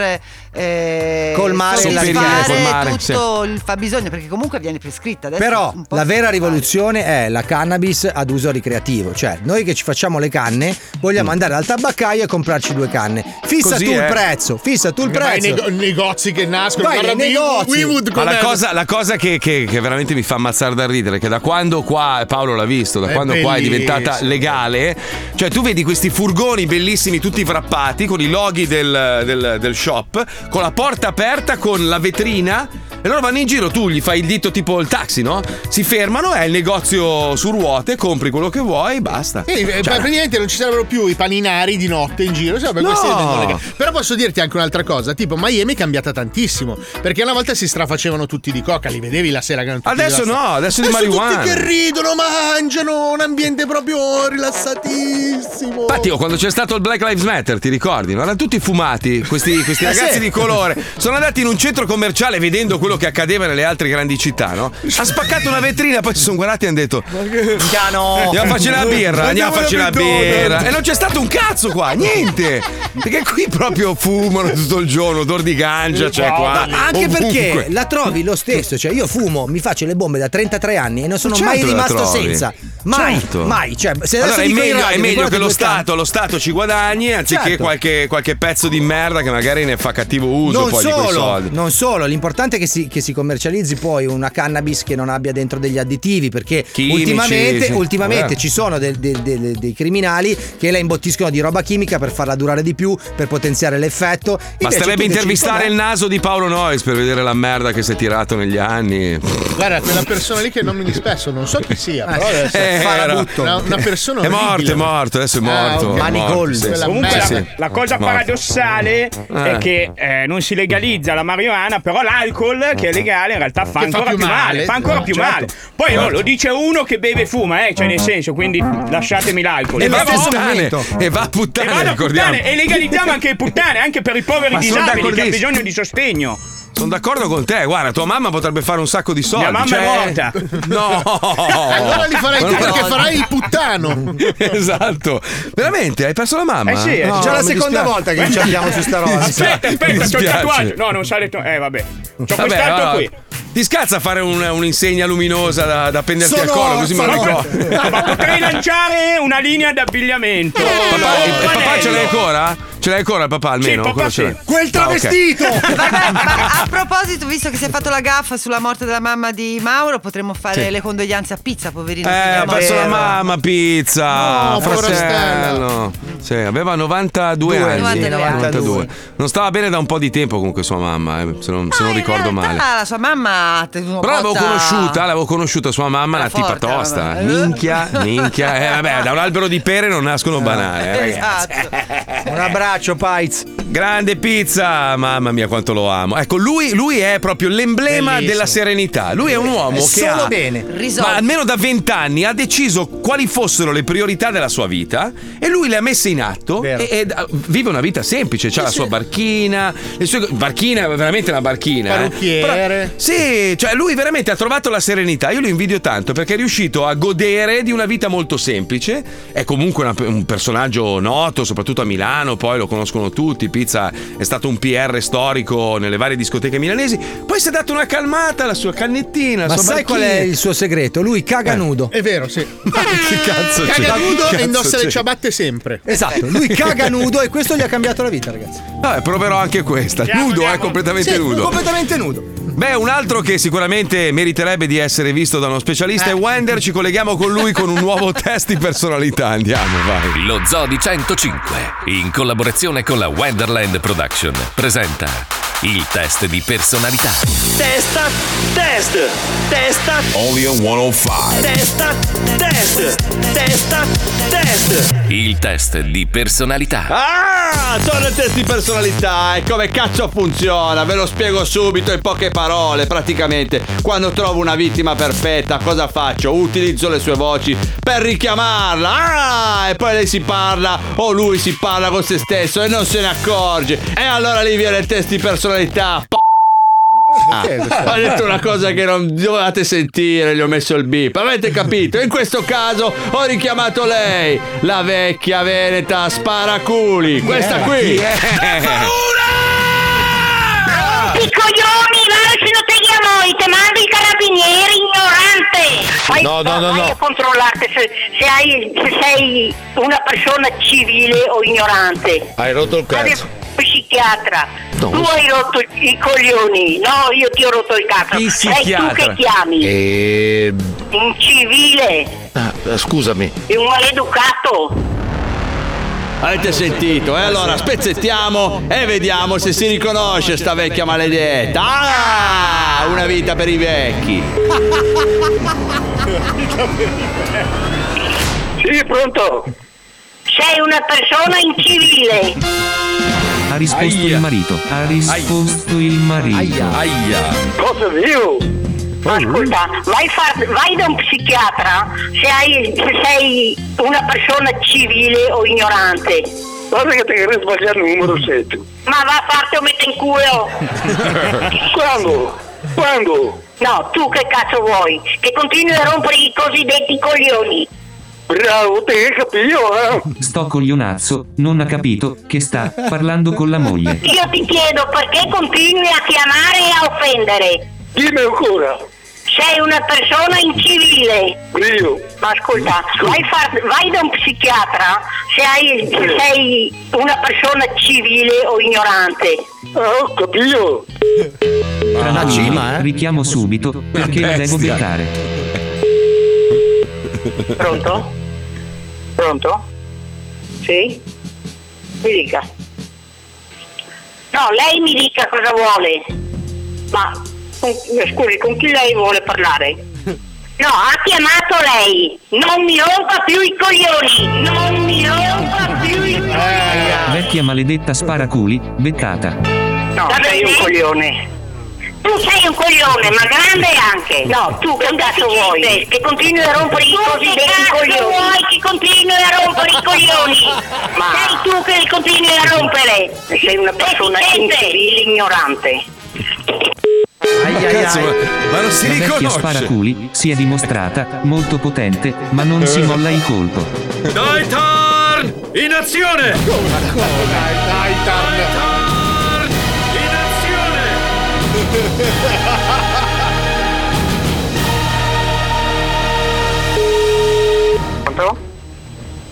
eh,
Colmare la-
soddisfare
Colmare,
tutto il fabbisogno, perché comunque viene prescritta. Adesso
Però
un po'
la vera rivoluzione è la cannabis ad uso ricreativo, cioè noi che ci facciamo le canne
Mm.
vogliamo andare al tabaccaio e comprarci due canne. Fissa
Così,
tu il
eh.
prezzo, fissa tu il
Vai
prezzo.
nei nego- negozi che nascono,
Vai
guarda
nei
Wee-
negozi.
Weewood
Ma la
com'è?
cosa, la cosa che, che- che veramente mi fa ammazzare da ridere, che da quando qua, Paolo l'ha visto, da
È
quando qua è diventata
bellissimo.
legale, cioè tu vedi questi furgoni bellissimi tutti wrappati con i loghi del, del- del shop, con la porta aperta, con la vetrina, e loro vanno in giro, tu gli fai il dito tipo il taxi, no? Si fermano, è il negozio su ruote, compri quello che vuoi e basta.
Sì, eh,
Cioè,
ma praticamente non ci sarebbero più i paninari di notte in giro. Sì, vabbè,
No.
questi vendono le ca- Però posso dirti anche un'altra cosa: tipo, Miami è cambiata tantissimo. Perché una volta si strafacevano tutti di coca, li vedevi la sera che erano tutti
Adesso
della-
no, adesso di marijuana.
Tutti che ridono, mangiano, un ambiente proprio rilassatissimo.
Infatti, oh, quando c'è stato il Black Lives Matter, ti ricordi? no? Erano tutti fumati, questi, questi
Eh, sì.
ragazzi di colore. Sono andati in un centro commerciale vedendo quello che accadeva nelle altre grandi città, no? Ha spaccato una vetrina, poi si sono guardati e hanno detto: Andiamo a farci la birra, andiamo a farci la birra. E non c'è stato un cazzo qua, niente. Perché qui proprio fumano tutto il giorno, odor di gancia c'è qua. eh.
Ma anche perché
ovunque.
la trovi lo stesso, cioè io fumo, mi faccio le bombe da 33 anni e non sono
Ma certo
mai
la
rimasto
trovi.
senza. Mai,
Certo.
mai. Cioè, se adesso
Allora è
dico in
meglio,
radio,
è
mi
meglio
guardi
che lo
due canne.
Stato, lo Stato ci guadagni anziché
Certo.
qualche, qualche pezzo di merda che magari ne fa cattivo uso
non
poi di quei
solo,
soldi.
non solo, l'importante è che si, che si commercializzi poi una cannabis che non abbia dentro degli additivi perché
Chimici,
ultimamente,
sì, Eh.
ultimamente
vero.
ci sono del- del- del- dei criminali che la imbottiscono di roba chimica per farla durare di più, per potenziare l'effetto. Invece
Basterebbe
tu decidi,
intervistare
"Vabbè,
il naso di Paolo Noyes per vedere la merda che si è tirato negli anni.
Guarda, quella persona lì che nomini spesso, non so chi sia, però adesso
Eh,
farabutto. Una, una persona
È morto,
orribile.
è morto, adesso è morto.
ok.
è morto, sì.
Ah, Comunque
Eh,
la,
sì.
la cosa
Morto.
paradossale
Eh.
è che eh, non si legalizza la marijuana, però l'alcol, che è legale, in realtà fa
Che fa
ancora
più
più male.
male,
Fa ancora
certo.
più male. Poi oh,
Certo.
lo dice uno che beve e fuma, eh, cioè
Uh-huh.
nel senso, quindi lasciatemi l'alcol.
E va a
Però-
puttane, e va a
E
puttane,
vado a
ricordiamo.
puttane, e legalizziamo anche il puttane, anche per i poveri
Ma sono
disabili che hanno
d'accordissimo.
bisogno di sostegno.
Sono d'accordo con te, guarda, tua mamma potrebbe fare un sacco di soldi.
Mia mamma
cioè-
è morta.
No!
Allora li farai tu perché farai il puttano.
Esatto, veramente hai perso Ah, la mamma?
Eh sì, è
No,
già la
mi
seconda
dispiace.
volta che ci abbiamo su sta roba.
Mi dispiace,
Aspetta,
mi
aspetta, c'ho il
dispiace.
tatuaggio. No, non sale to- Eh, vabbè. C'ho
Vabbè,
quest'altro
allora,
qui.
Ti scazza fare un- un'insegna luminosa da, da appenderti
Sono
al collo così me la
orfano.
ricordo.
Ma potrei lanciare una linea
Eh,
d'abbigliamento.
Papà, e- e papà ce l'hai ancora? Ce l'hai ancora il papà almeno?
papà
Quello ce
sì.
l'hai.
Quel
Ah, ok.
Vabbè, ma a proposito, visto che si è fatto la gaffa sulla morte della mamma di Mauro, potremmo fare
Sì.
le condoglianze a pizza, poverino.
Eh, ha
figliamo.
perso la mamma pizza.
No, povera
fratello. Sì, aveva 92
Due,
anni.
92.
92. Non stava bene da un po' di tempo comunque sua mamma, eh, se non, se non ricordo male.
Ah, la sua mamma ha tenuto una
Però l'avevo
botta-
conosciuta, l'avevo conosciuta sua mamma, una tipa
forte,
tosta.
vabbè.
Minchia, minchia. Eh, vabbè, da un albero di pere non nascono banane. eh, ragazzi.
Esatto.
Un abbraccio, Paiz.
Grande pizza, mamma mia quanto lo amo. Ecco, lui, lui è proprio l'emblema
Bellissimo.
della serenità. Lui è un uomo
È
che
solo
ha,
bene.
ma almeno da vent'anni ha deciso quali fossero le priorità della sua vita e lui le ha messe in atto e, e, ah, vive una vita semplice, ha la sua barchina, le sue barchina, veramente una barchina. eh.
Parrucchiere.
Però- sì, cioè lui veramente ha trovato la serenità. Io lo invidio tanto perché è riuscito a godere di una vita molto semplice. È comunque una- un personaggio noto, soprattutto a Milano, poi lo conoscono tutti. Pizza è stato un PR storico nelle varie discoteche milanesi. Poi si è dato una calmata, la sua cannettina. la
Ma
sua
sai qual è
barchina.
il suo segreto? Lui caga nudo.
È vero, sì.
Eh. che cazzo c'è?
Caga nudo
Che
e
cioè, cazzo
cioè,
cioè.
indossa
c'è?
le ciabatte sempre.
Esatto, lui caga nudo e questo gli ha cambiato la vita, ragazzi.
Vabbè, proverò anche questa. nudo, è completamente
Sì,
nudo.
Completamente nudo.
Beh, un altro che sicuramente meriterebbe di essere visto da uno specialista è Wender. Ci colleghiamo con lui con un nuovo test di personalità. Andiamo, vai.
Lo Zoo di 105, in collaborazione con la Wonderland Production, presenta il test di personalità.
Testa, test, testa,
Only on 105.
testa, test, testa, test.
Il test di personalità.
Ah, sono il test di personalità e come cazzo funziona? Ve lo spiego subito in poche parole. Praticamente, quando trovo una vittima perfetta, cosa
Cioè,
faccio? Utilizzo le sue voci per richiamarla. Ah, e poi lei si parla o lui si parla con se stesso e non se ne accorge. E allora lì viene il test di personalità. P-
Eh,
Ah, ho detto una cosa che non dovevate sentire, gli ho messo il beep. Avete capito? In questo caso ho richiamato lei, la vecchia veneta Sparaculi.
Eh,
Questa qui.
Yeah.
Rompi coglioni, vai non te chiamo, e te mando i carabinieri ignorante. Vai,
No, no, no,
vai
no.
a controllarti se, se hai- se sei una persona civile o ignorante.
Hai rotto il
Vai
cazzo.
a Psichiatra,
No.
tu hai rotto i coglioni, no, io ti ho rotto il cazzo. Sei tu che chiami,
Eh,
un civile,
ah, scusami.
e un maleducato.
Avete sentito? E allora spezzettiamo e vediamo se si riconosce sta vecchia maledetta. Ah, una vita per i vecchi.
Sì, pronto. Sei una persona incivile.
Ha risposto il marito. Ha risposto il marito.
Aia.
Aia.
Cosa vivo? Ah, Ascolta, vai, far- vai da un psichiatra se, hai- se sei una persona civile o ignorante. Guarda che ti hai sbagliato il numero 7. Ma va a farti o mette in culo. Quando? Quando? No, tu che cazzo vuoi? Che continui a rompere i cosiddetti coglioni. Bravo, te hai capito, eh?
Sto coglionazzo, non ha capito che sta parlando con la moglie.
Io ti chiedo perché continui a chiamare e a offendere. Dimmi ancora. Sei una persona incivile. Io. Ma ascolta, vai, far- vai da un psichiatra se, hai- se sei una persona civile o ignorante. Oh, capito.
Tra
Ah,
l'altro,
cima, eh?
richiamo subito perché la devo
Bestia.
beccare.
Pronto? Pronto? Sì? Mi dica. No, lei mi dica cosa vuole. Ma con- scusi, con chi lei vuole parlare? No, ha chiamato lei. Non mi rompa più i coglioni. Non mi rompa più i coglioni.
Vecchia maledetta sparaculi, beccata.
No, sei un coglione. Tu sei un coglione, ma grande anche. No, tu che cazzo vuoi? Che continui a rompere i cosiddetti coglioni. vuoi che continui a rompere i coglioni? Ma sei tu che li continui a rompere. Sei una persona incivile, ignorante.
Cazzo, ma,
non si
la
riconosce.
vecchia sparaculi si è dimostrata molto potente, ma non si molla il colpo.
Dai Tarn, in azione! Come, come? Dai, dai Tarn! In azione!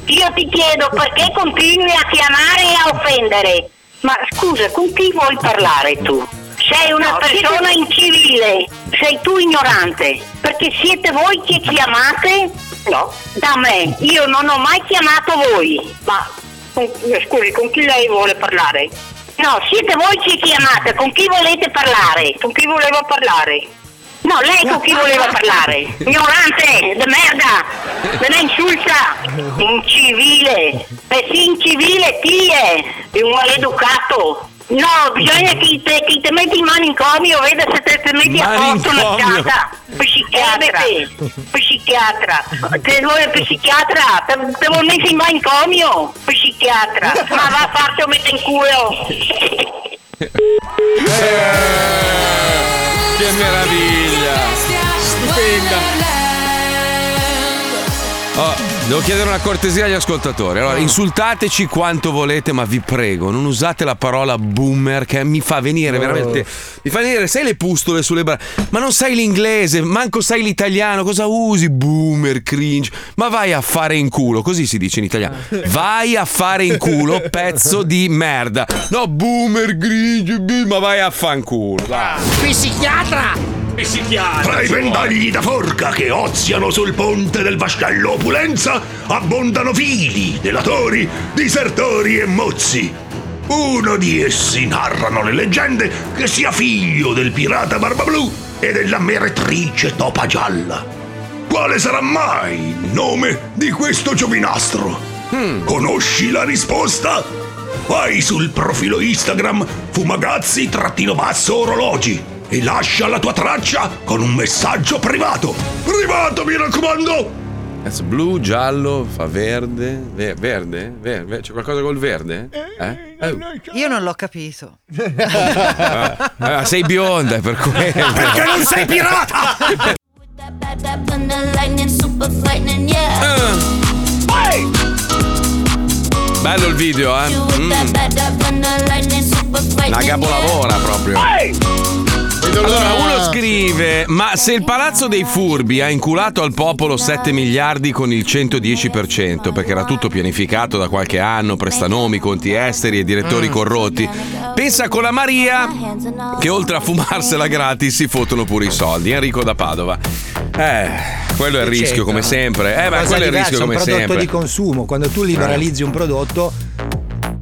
Io ti chiedo perché continui a chiamare e a offendere. Ma scusa, con chi vuoi parlare tu? Sei una persona incivile, sei tu ignorante, perché siete voi che chiamate? No. Da me, io non ho mai chiamato voi. Ma con- eh, scusi, con chi lei vuole parlare? No, siete voi che chiamate, con chi volete parlare? Con chi voleva parlare? Ah, No, lei con chi voleva parlare? Ignorante, de merda, me la insulta, incivile, e sì incivile ti è, è un maleducato. No, bisogna che te- che ti metti in manicomio, veda se te, te metti a posto una
Manicomio.
casa. Psichiatra, psichiatra, te vuoi psichiatra, te, te vuoi messo in manicomio, psichiatra, ma va a farti o mette in culo.
Che meraviglia! Oh, devo chiedere una cortesia agli ascoltatori. Allora, insultateci quanto volete, ma vi prego, non usate la parola boomer che mi fa venire veramente. Mi fa venire, sai le pustole sulle braccia. Ma non sai l'inglese, manco sai l'italiano. Cosa usi? Boomer, cringe. Ma vai a fare in culo, così si dice in italiano. Vai a fare in culo, pezzo di merda. No, boomer, cringe, b- ma vai a fanculo. dai.
Psichiatra! Psichiatra!
Tra i pendagli da forca che oziano sul ponte del vascello opulenza abbondano fili, delatori, disertori e mozzi. Uno di essi narrano le leggende che sia figlio del pirata Barbablù e della meretrice Topa Gialla. Quale sarà mai il nome di questo giovinastro? Mm. Conosci la risposta? Vai sul profilo Instagram fumagazzi-orologi e lascia la tua traccia con un messaggio privato. Privato, mi raccomando!
Cazzo, blu, giallo, fa verde, ve- verde, Ver- ver- c'è qualcosa col verde? Eh? Eh,
Io non l'ho capito.
ah, ah, sei bionda, è per quello.
Perché non sei
pirata!
Eh. Bello il video, eh? Mm. Una capolavora proprio. Allora, uno scrive: Ma se il palazzo dei furbi ha inculato al popolo 7 miliardi con il 110%, perché era tutto pianificato da qualche anno, prestanomi, conti esteri e direttori
Mm.
corrotti, pensa con la Maria che oltre a fumarsela gratis si fottono pure i soldi. Enrico da Padova. Eh, quello è il rischio, come sempre. Eh, ma
Cosa
quello è il
diversa,
rischio, come
un prodotto
sempre. Certo.
di consumo. Quando tu liberalizzi un prodotto,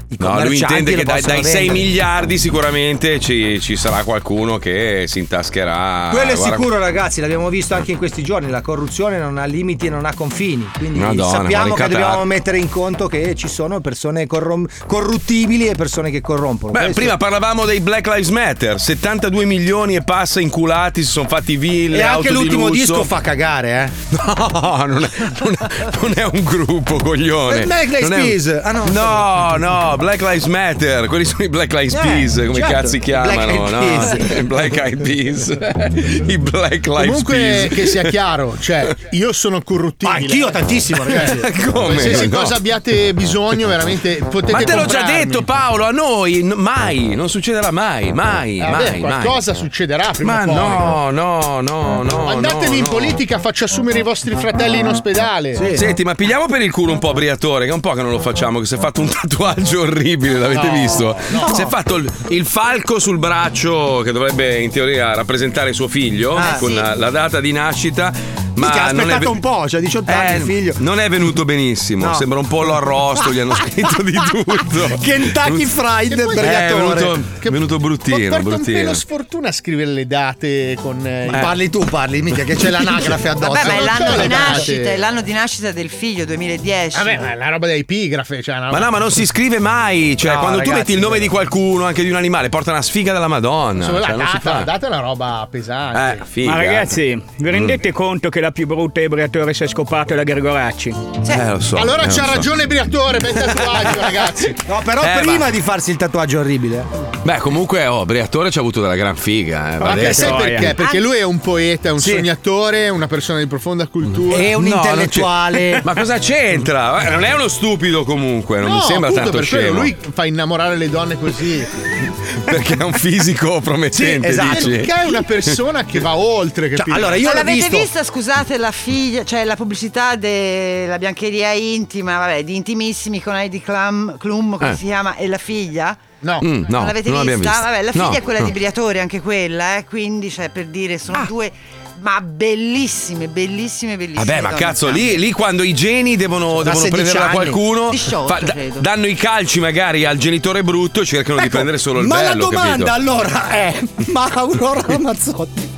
i
No, lui
commercianti
intende
lo
che dai,
possono
dai 6
vendere.
miliardi sicuramente ci, ci sarà qualcuno che si intascherà.
Quello è
Ah, Guarda-
sicuro, ragazzi, l'abbiamo visto anche in questi giorni. La corruzione non ha limiti e non ha confini. Quindi
Madonna,
sappiamo
ma
che
ricattati.
dobbiamo mettere in conto che ci sono persone corrom- corruttibili e persone che corrompono.
Beh,
Questo-
prima parlavamo dei Black Lives Matter, 72 milioni e passa inculati, si sono fatti ville,
E
auto
anche
di
l'ultimo
lusso.
disco fa cagare, eh.
No, non è, non è- non è un gruppo, coglione.
Eh, Black Lives
Non è un-
Peas. Ah, no.
no, no, Black Lives Matter, quelli sono i Black Lives
Eh,
Peas, come
certo.
cazzo si chiamano?
Black
no?
Eyed Peas.
Black Eyed Peas. I Black Lives
Comunque,
Peas.
che sia chiaro, cioè, io sono corruttibile. Ma
Ah, anch'io tantissimo, ragazzi.
Come?
Qualsiasi
No.
cosa abbiate bisogno, veramente potete
Ma te l'ho già
comprarmi.
detto Paolo, a noi n- mai, non succederà mai, mai,
Eh, vabbè,
mai,
qualcosa succederà prima
mai.
o poi.
Ma no, no, no, no.
Andatevi
no,
in
no.
politica, faccio assumere i vostri fratelli in ospedale.
Senti, ma pigliamo per il culo un po' Briatore, che è un po' che non lo facciamo, che si è fatto un tatuaggio orribile, l'avete
No,
visto?
no.
Si è fatto il, il falco sul braccio che dovrebbe in teoria rappresentare suo figlio eh,
Ah,
con
sì.
la, la data di nascita, ma
Minchia, ha
non è
aspettato
ve-
un po', cioè 18 anni
Eh,
il figlio.
non è venuto benissimo,
No.
sembra un pollo arrosto, gli hanno scritto di tutto.
Kentucky Fried
Eh, È
Briatore.
venuto, è venuto bruttino,
Porta un
bruttino.
pelo sfortuna a scrivere le date con. eh, i-
Parli tu, parli, mica che c'è l'anagrafe addosso.
Vabbè,
Vabbè, ma è
non
l'anno
so
di
le date.
nascita, è l'anno di nascita del figlio 2010.
Vabbè, ma è la roba dei pigrafe, cioè una
Ma no, ma non si scrive mai. Cioè,
No,
quando tu
ragazzi,
metti il nome di qualcuno, anche di un animale, porta una sfiga della Madonna.
Solo
cioè,
la
non si
data,
fa.
la data è una roba pesante.
Eh, figa. Mm.
Ma ragazzi, vi rendete conto che la più brutta ebreatore si è scopata è la Gregoracci?
Eh, lo so.
allora
eh,
c'ha
lo so.
ragione Briatore, ben tatuaggio, ragazzi.
No, però
Eh,
prima di farsi il tatuaggio orribile.
Beh, comunque, oh, Briatore ci ha avuto della gran figa. Eh, va
Ma
detto.
che sai perché? Perché lui è un poeta, è un sognatore, è una persona di profonda cultura.
Mm. No, non c'è- Ma cosa c'entra? Eh, Non è uno stupido, comunque. Non
No,
mi sembra
appunto,
tanto
per quello
scemo.
lui fa innamorare le donne così.
Perché è un fisico promettente. dici?
esatto.
Cioè,
Perché è una persona che va oltre, capito?
Ma l'avete vista, scusate, la figlia, cioè la pubblicità della biancheria intima, vabbè, di intimissimi con Heidi Klum, Klum come
Eh.
si chiama, e la figlia?
No,
Mm, no,
non l'avete
non
vista?
l'abbiamo vista.
Vabbè, la
No,
figlia è quella
no. Ah.
di Briatore, anche quella, eh, quindi, cioè, per dire, sono due, ma bellissime, bellissime, bellissime.
Vabbè, ma
donne.
cazzo, lì, lì quando i geni devono,
Da
devono
16
prenderla
anni.
qualcuno,
18
da-
credo.
danno i calci magari al genitore brutto e cercano di prendere solo il
Ecco, Ma la
bello.
domanda
capito?
allora è: Ma Aurora Ramazzotti?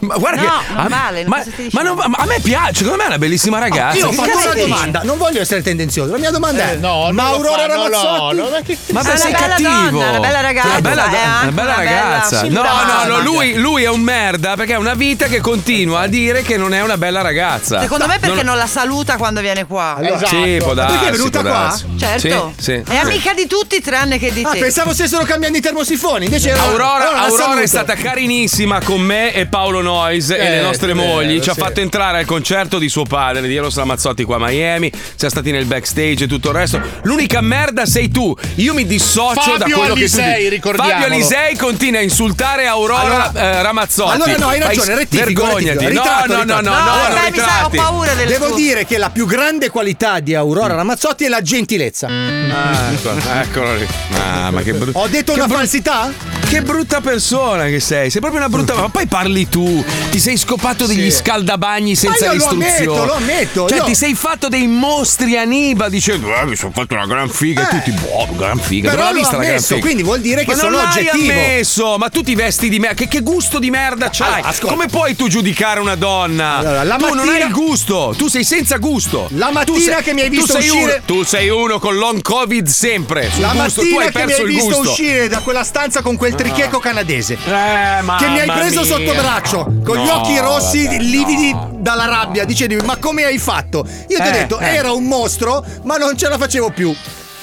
Ma guarda
No,
che.
non
a-
vale, non
ma, ma non- ma a me piace, secondo me è una bellissima ragazza.
Io ho
Che
fatto
cazzo
una
dici?
domanda, non voglio essere tendenzioso. La mia domanda è:
no,
Ma Aurora Ramazzotti?
Ma
Ma
sei
una bella
cattivo! Cioè,
donna, una bella ragazza,
Una bella,
eh, anche
una bella
una bella-
ragazza.
sì,
no,
brava.
no, no, lui, lui è un merda perché ha una vita che continua a dire che non è una bella ragazza.
Secondo me perché
Non-
non, la saluta quando viene qua.
Esatto.
Ah,
Sì,
Esatto.
può darsi, può darsi.
Certo.
Sì, sì.
È amica di tutti tranne che di
Ah,
te.
pensavo stessero cambiando i termosifoni. Invece era
Aurora,
la
Aurora
saluto.
è stata carinissima con me e Paolo Noyes e
Eh,
le nostre
è vero,
mogli. Ci ha
sì.
fatto entrare al concerto di suo padre, di Eros Ramazzotti qua a Miami. Siamo stati nel backstage e tutto il resto. L'unica merda sei tu. Io mi dissocio da
Fabio
quello che tu
Alisei,
dici.
ricordiamolo.
Fabio Alisei continua a insultare Aurora
Allora-
eh, Ramazzotti.
Allora no, hai ragione,
Fai-
rettifico,
Vergognati.
rettifico. Ritratto,
no, no, no,
ritratto.
no, no, non ritratti.
Devo dire che la più grande qualità di Aurora Ramazzotti è la gentilezza.
Ah, ecco, eccolo lì. Ah, ma che brutto.
Ho detto una falsità?
Che brutta persona che sei, sei proprio una brutta. Ma poi poi parli tu. Ti sei scopato degli scaldabagni senza
Ma io lo
istruzioni.
ammetto, lo ammetto,
Cioè,
io-
ti sei fatto dei mostri a Niba dicendo, eh, mi sono fatto una gran figa. E tutti, boh, gran figa.
Eh. Però
Dove l'ha
l'ho
vista la gran
ammesso,
figa?
quindi vuol dire che
Ma non
sono
l'hai
oggettivo.
ammesso, ma tu ti vesti di merda. Che, che gusto di merda c'hai? Come puoi tu giudicare una donna?
la
tu non
mattina-
hai il gusto, tu sei senza gusto. La
mattina che mi hai visto
tu sei
uscire-
uno- tu sei uno con long covid sempre. Sul
La
gusto, tu
mattina
hai
che mi
perso
hai
il
visto
gusto. Ah. Eh,
uscire da quella stanza con quel tricheco canadese. che mi hai
mamma
preso
mia.
sotto braccio, con gli
No,
occhi rossi,
vabbè,
lividi dalla rabbia, dicendomi: Ma come hai fatto? Io ti ho
Eh,
detto:
eh.
Era un mostro, ma non ce la facevo più.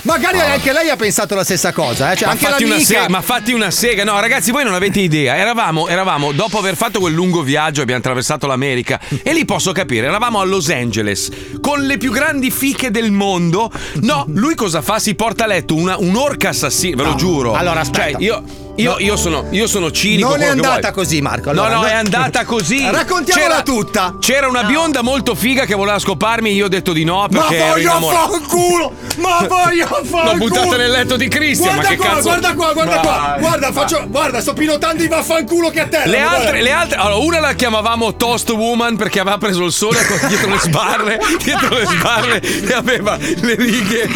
Magari anche lei ha pensato la stessa cosa, eh?
Ah.
cioè
Ma
anche
fatti, una
l'amica.
se- ma fatti una sega, no ragazzi voi non avete idea, eravamo, eravamo dopo aver fatto quel lungo viaggio, abbiamo attraversato l'America e lì posso capire, eravamo a Los Angeles con le più grandi fiche del mondo, no lui cosa fa? Si porta a letto una- un'orca assassina, ve lo
No.
giuro,
Allora, aspetta.
Cioè, io, io,
No.
io sono, io sono cinico,
non è
quello che
andata
vuoi.
così, Marco.
No,
allora,
no, è andata così.
Raccontiamola
C'era-
tutta.
C'era una bionda molto figa che voleva scoparmi, io ho detto di no
Ma
perché ero
voglio
innamorato.
fanculo! Ma voglio fanculo!
L'ho buttata nel letto di Christian,
Guarda
ma che
qua,
cazzo-
guarda qua, guarda
Ma-
qua! Guarda,
ma-
faccio. Guarda, sto pilotando i vaffanculo che a terra!
Le altre,
guarda.
le altre, allora una la chiamavamo Toast Woman perché aveva preso il sole con- dietro le sbarre, dietro le sbarre e aveva le righe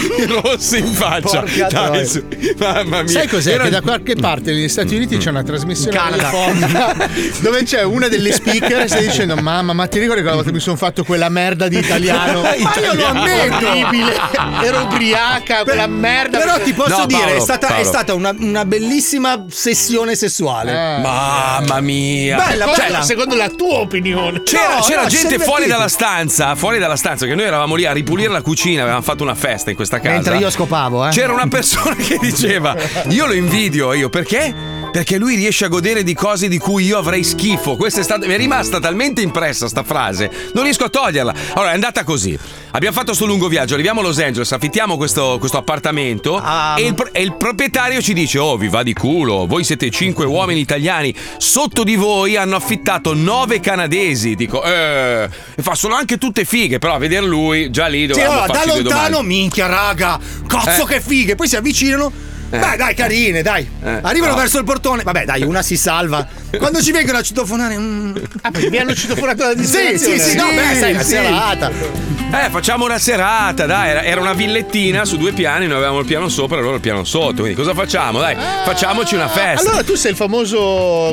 rosse in faccia.
Porca troia.
Dai, su, mamma mia.
Sai cos'è?
Era- Mm.
Che da qualche parte negli Stati Uniti c'è una trasmissione
In Canada.
telefonica dove c'è una delle speaker e sta dicendo mamma ma ti ricordi quella volta che mi sono fatto quella merda di italiano?
Ma io lo ammetto.
Orribile. Ero ubriaca, quella merda.
Però ti posso
No,
dire,
Paolo,
è stata, è
Paolo.
stata una, una bellissima sessione
Eh.
sessuale.
Mamma mia.
Eh. Bella,
Cioè,
bella.
Secondo la tua opinione.
C'era,
No,
c'era
no, si
gente
è
fuori
divertito.
dalla stanza, fuori dalla stanza, che noi eravamo lì a ripulire la cucina, avevamo fatto una festa in questa casa.
Mentre io scopavo, eh.
C'era una persona che diceva: Io lo invidio io perché? Perché lui riesce a godere di cose di cui io avrei schifo. Questa è stata. Mi è rimasta talmente impressa sta frase. Non riesco a toglierla. Allora, è andata così. Abbiamo fatto sto lungo viaggio, arriviamo a Los Angeles, affittiamo questo, questo appartamento.
Ah,
E, il, pro- e il proprietario ci dice: Oh, vi va di culo, voi siete cinque uomini italiani. Sotto di voi hanno affittato nove canadesi. Dico, eh. E fa, sono anche tutte fighe, però a veder lui, già lì
Sì,
dovevamo
allora, da
farci due domande.
lontano, minchia, raga. Cazzo
Eh.
che fighe! Poi si avvicinano.
Eh.
Beh, dai, carine, dai.
Eh,
Arrivano
no.
verso il portone. Vabbè, dai, una si salva. Quando ci vengono a citofonare. mm.
Mi Ah, hanno citofonato la
Sì, sì, sì, no, beh, sai, la serata.
Eh, facciamo una serata, dai. Era, era una villettina su due piani, noi avevamo il piano sopra e loro il piano sotto. Quindi cosa facciamo? Dai, facciamoci una festa.
Ah, Allora tu sei il famoso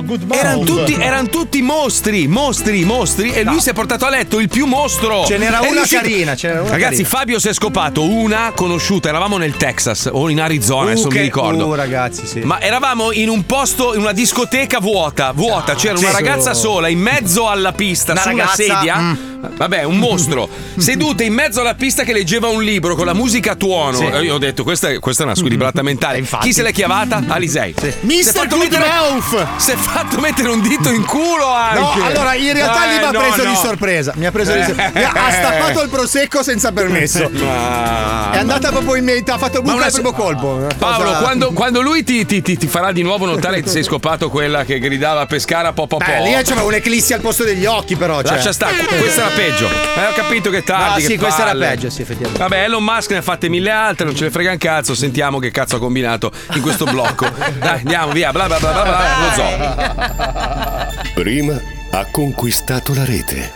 Good Mouth.
Erano tutti, eran tutti mostri, mostri, mostri. E lui si è portato a letto il più mostro.
Ce n'era
È
una
riuscito-
carina, ce n'era una
Ragazzi,
carina.
Fabio si è scopato una conosciuta. Eravamo nel Texas o in Arizona,
Uh,
adesso non
che-
mi ricordo.
uh, ragazzi, sì.
Ma eravamo in un posto, in una discoteca vuota, vuota, c'era
Ah, sì.
una ragazza sola in mezzo alla pista,
Una
su una
ragazza,
sedia.
mm.
Vabbè, un mostro. Seduta in mezzo alla pista che leggeva un libro con la musica a tuono.
Sì.
Eh, Io ho detto, questa è, questa è una squilibrata mentale. Chi se l'è chiavata? Alisei. Si è
Mister
fatto
Good
mettere-
Mouth.
Si è fatto mettere un dito in culo anche.
No, allora in realtà
Eh,
lì mi ha
no,
preso
no. Eh.
di sorpresa. Mi ha preso di sorpresa. Mi ha- ha stappato il prosecco senza permesso.
Ma-
È andata proprio in mente, ha fatto buca
una
al
se-
primo colpo. Una
Ah. Paolo,
cosa-
quando, quando lui ti, ti- ti- ti farà di nuovo notare che sei scopato quella che gridava a Pescara po po po.
Beh, Eh, lì c'era un'eclissi al posto degli occhi, però. Cioè.
Lascia stare, questa era peggio. Eh, ho capito che tardi.
No, Ah, sì,
che
questa era
palle.
peggio, sì, effettivamente.
Vabbè, Elon Musk ne ha fatte mille altre, non ce ne frega un cazzo. Sentiamo che cazzo ha combinato in questo blocco. Dai, andiamo via, bla bla bla bla, bla lo zoo.
Ah. Prima ha conquistato la rete,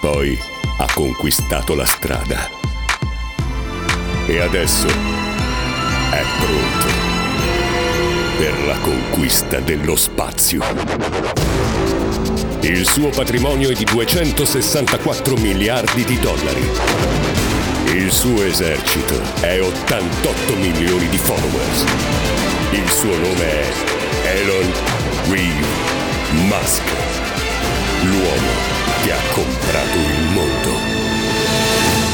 poi ha conquistato la strada. E adesso è pronto per la conquista dello spazio. Il suo patrimonio è di 264 miliardi di dollari. Il suo esercito è 88 milioni di followers. Il suo nome è Elon Reeve Musk. L'uomo che ha comprato il mondo.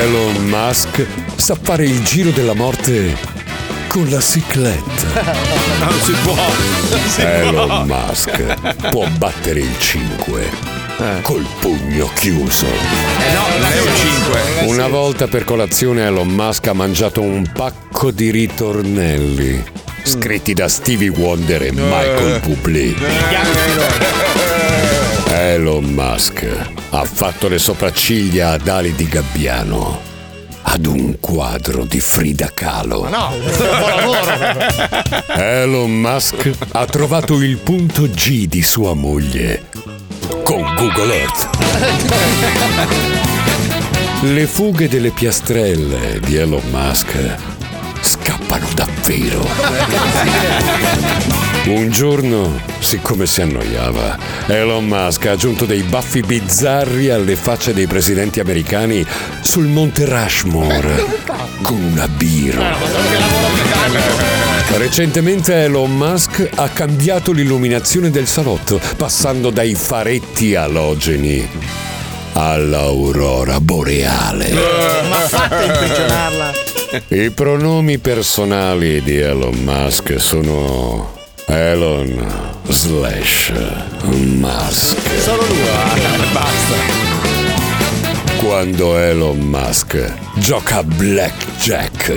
Elon Musk sa fare il giro della morte con la cicletta.
Non si può. Non si può.
Elon Musk può battere il 5 col pugno chiuso.
Eh no, non è un 5.
Una volta per colazione Elon Musk ha mangiato un pacco di ritornelli
Mm.
scritti da Stevie Wonder e
Eh.
Michael Bublé. Elon Musk ha fatto le sopracciglia ad ali di gabbiano. ad un quadro di Frida Kahlo.
No, questo è un buon lavoro.
Elon Musk ha trovato il punto G di sua moglie con Google Earth. Le fughe delle piastrelle di Elon Musk scappano davvero. Un giorno, siccome si annoiava, Elon Musk ha aggiunto dei baffi bizzarri alle facce dei presidenti americani sul monte Rushmore con una birra. Recentemente Elon Musk ha cambiato l'illuminazione del salotto, passando dai faretti alogeni all'aurora boreale.
Ma fate imprigionarla.
I pronomi personali di Elon Musk sono Elon slash Musk.
Solo lui.
ah,
Basta.
Quando Elon Musk gioca a blackjack,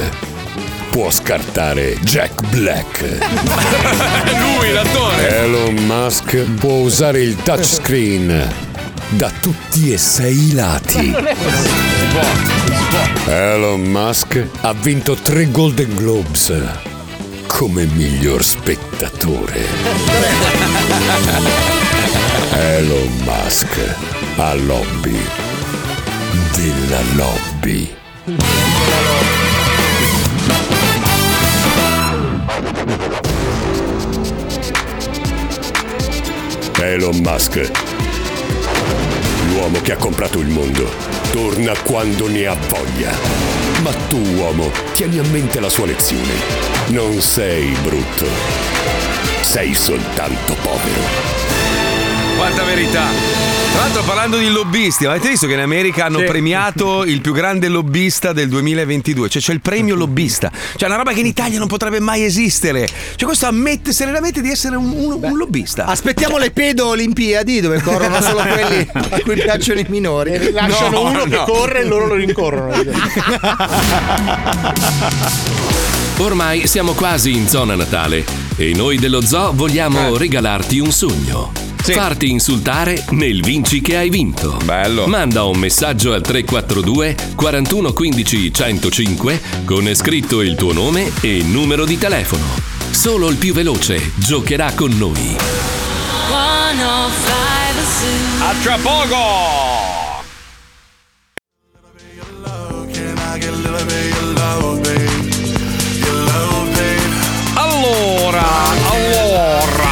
può scartare Jack Black.
Lui, l'attore.
Elon Musk può usare il touchscreen da tutti e sei i lati. Elon Musk ha vinto tre Golden Globes come miglior spettatore. Elon Musk ha lobby della lobby. Elon Musk, l'uomo che ha comprato il mondo, torna quando ne ha voglia. Ma tu, uomo, tieni a mente la sua lezione. Non sei brutto, sei soltanto povero.
Quanta verità. Tra l'altro parlando di lobbisti, avete visto che in America hanno premiato il più grande lobbista del 2022, cioè c'è il premio lobbista, cioè una roba che in Italia non potrebbe mai esistere. Cioè questo ammette serenamente di essere un, un- un lobbista.
Aspettiamo le pedo olimpiadi dove corrono solo quelli a cui piacciono i minori.
Lasciano
No,
uno che
no.
corre e loro lo rincorrono.
Ormai siamo quasi in zona Natale e noi dello zoo vogliamo regalarti un sogno. Farti insultare nel vinci che hai vinto. Bello. Manda un messaggio al 342 4115 105 con scritto il tuo nome e numero di telefono. Solo il più veloce giocherà con noi.
A tra poco! Allora, allora.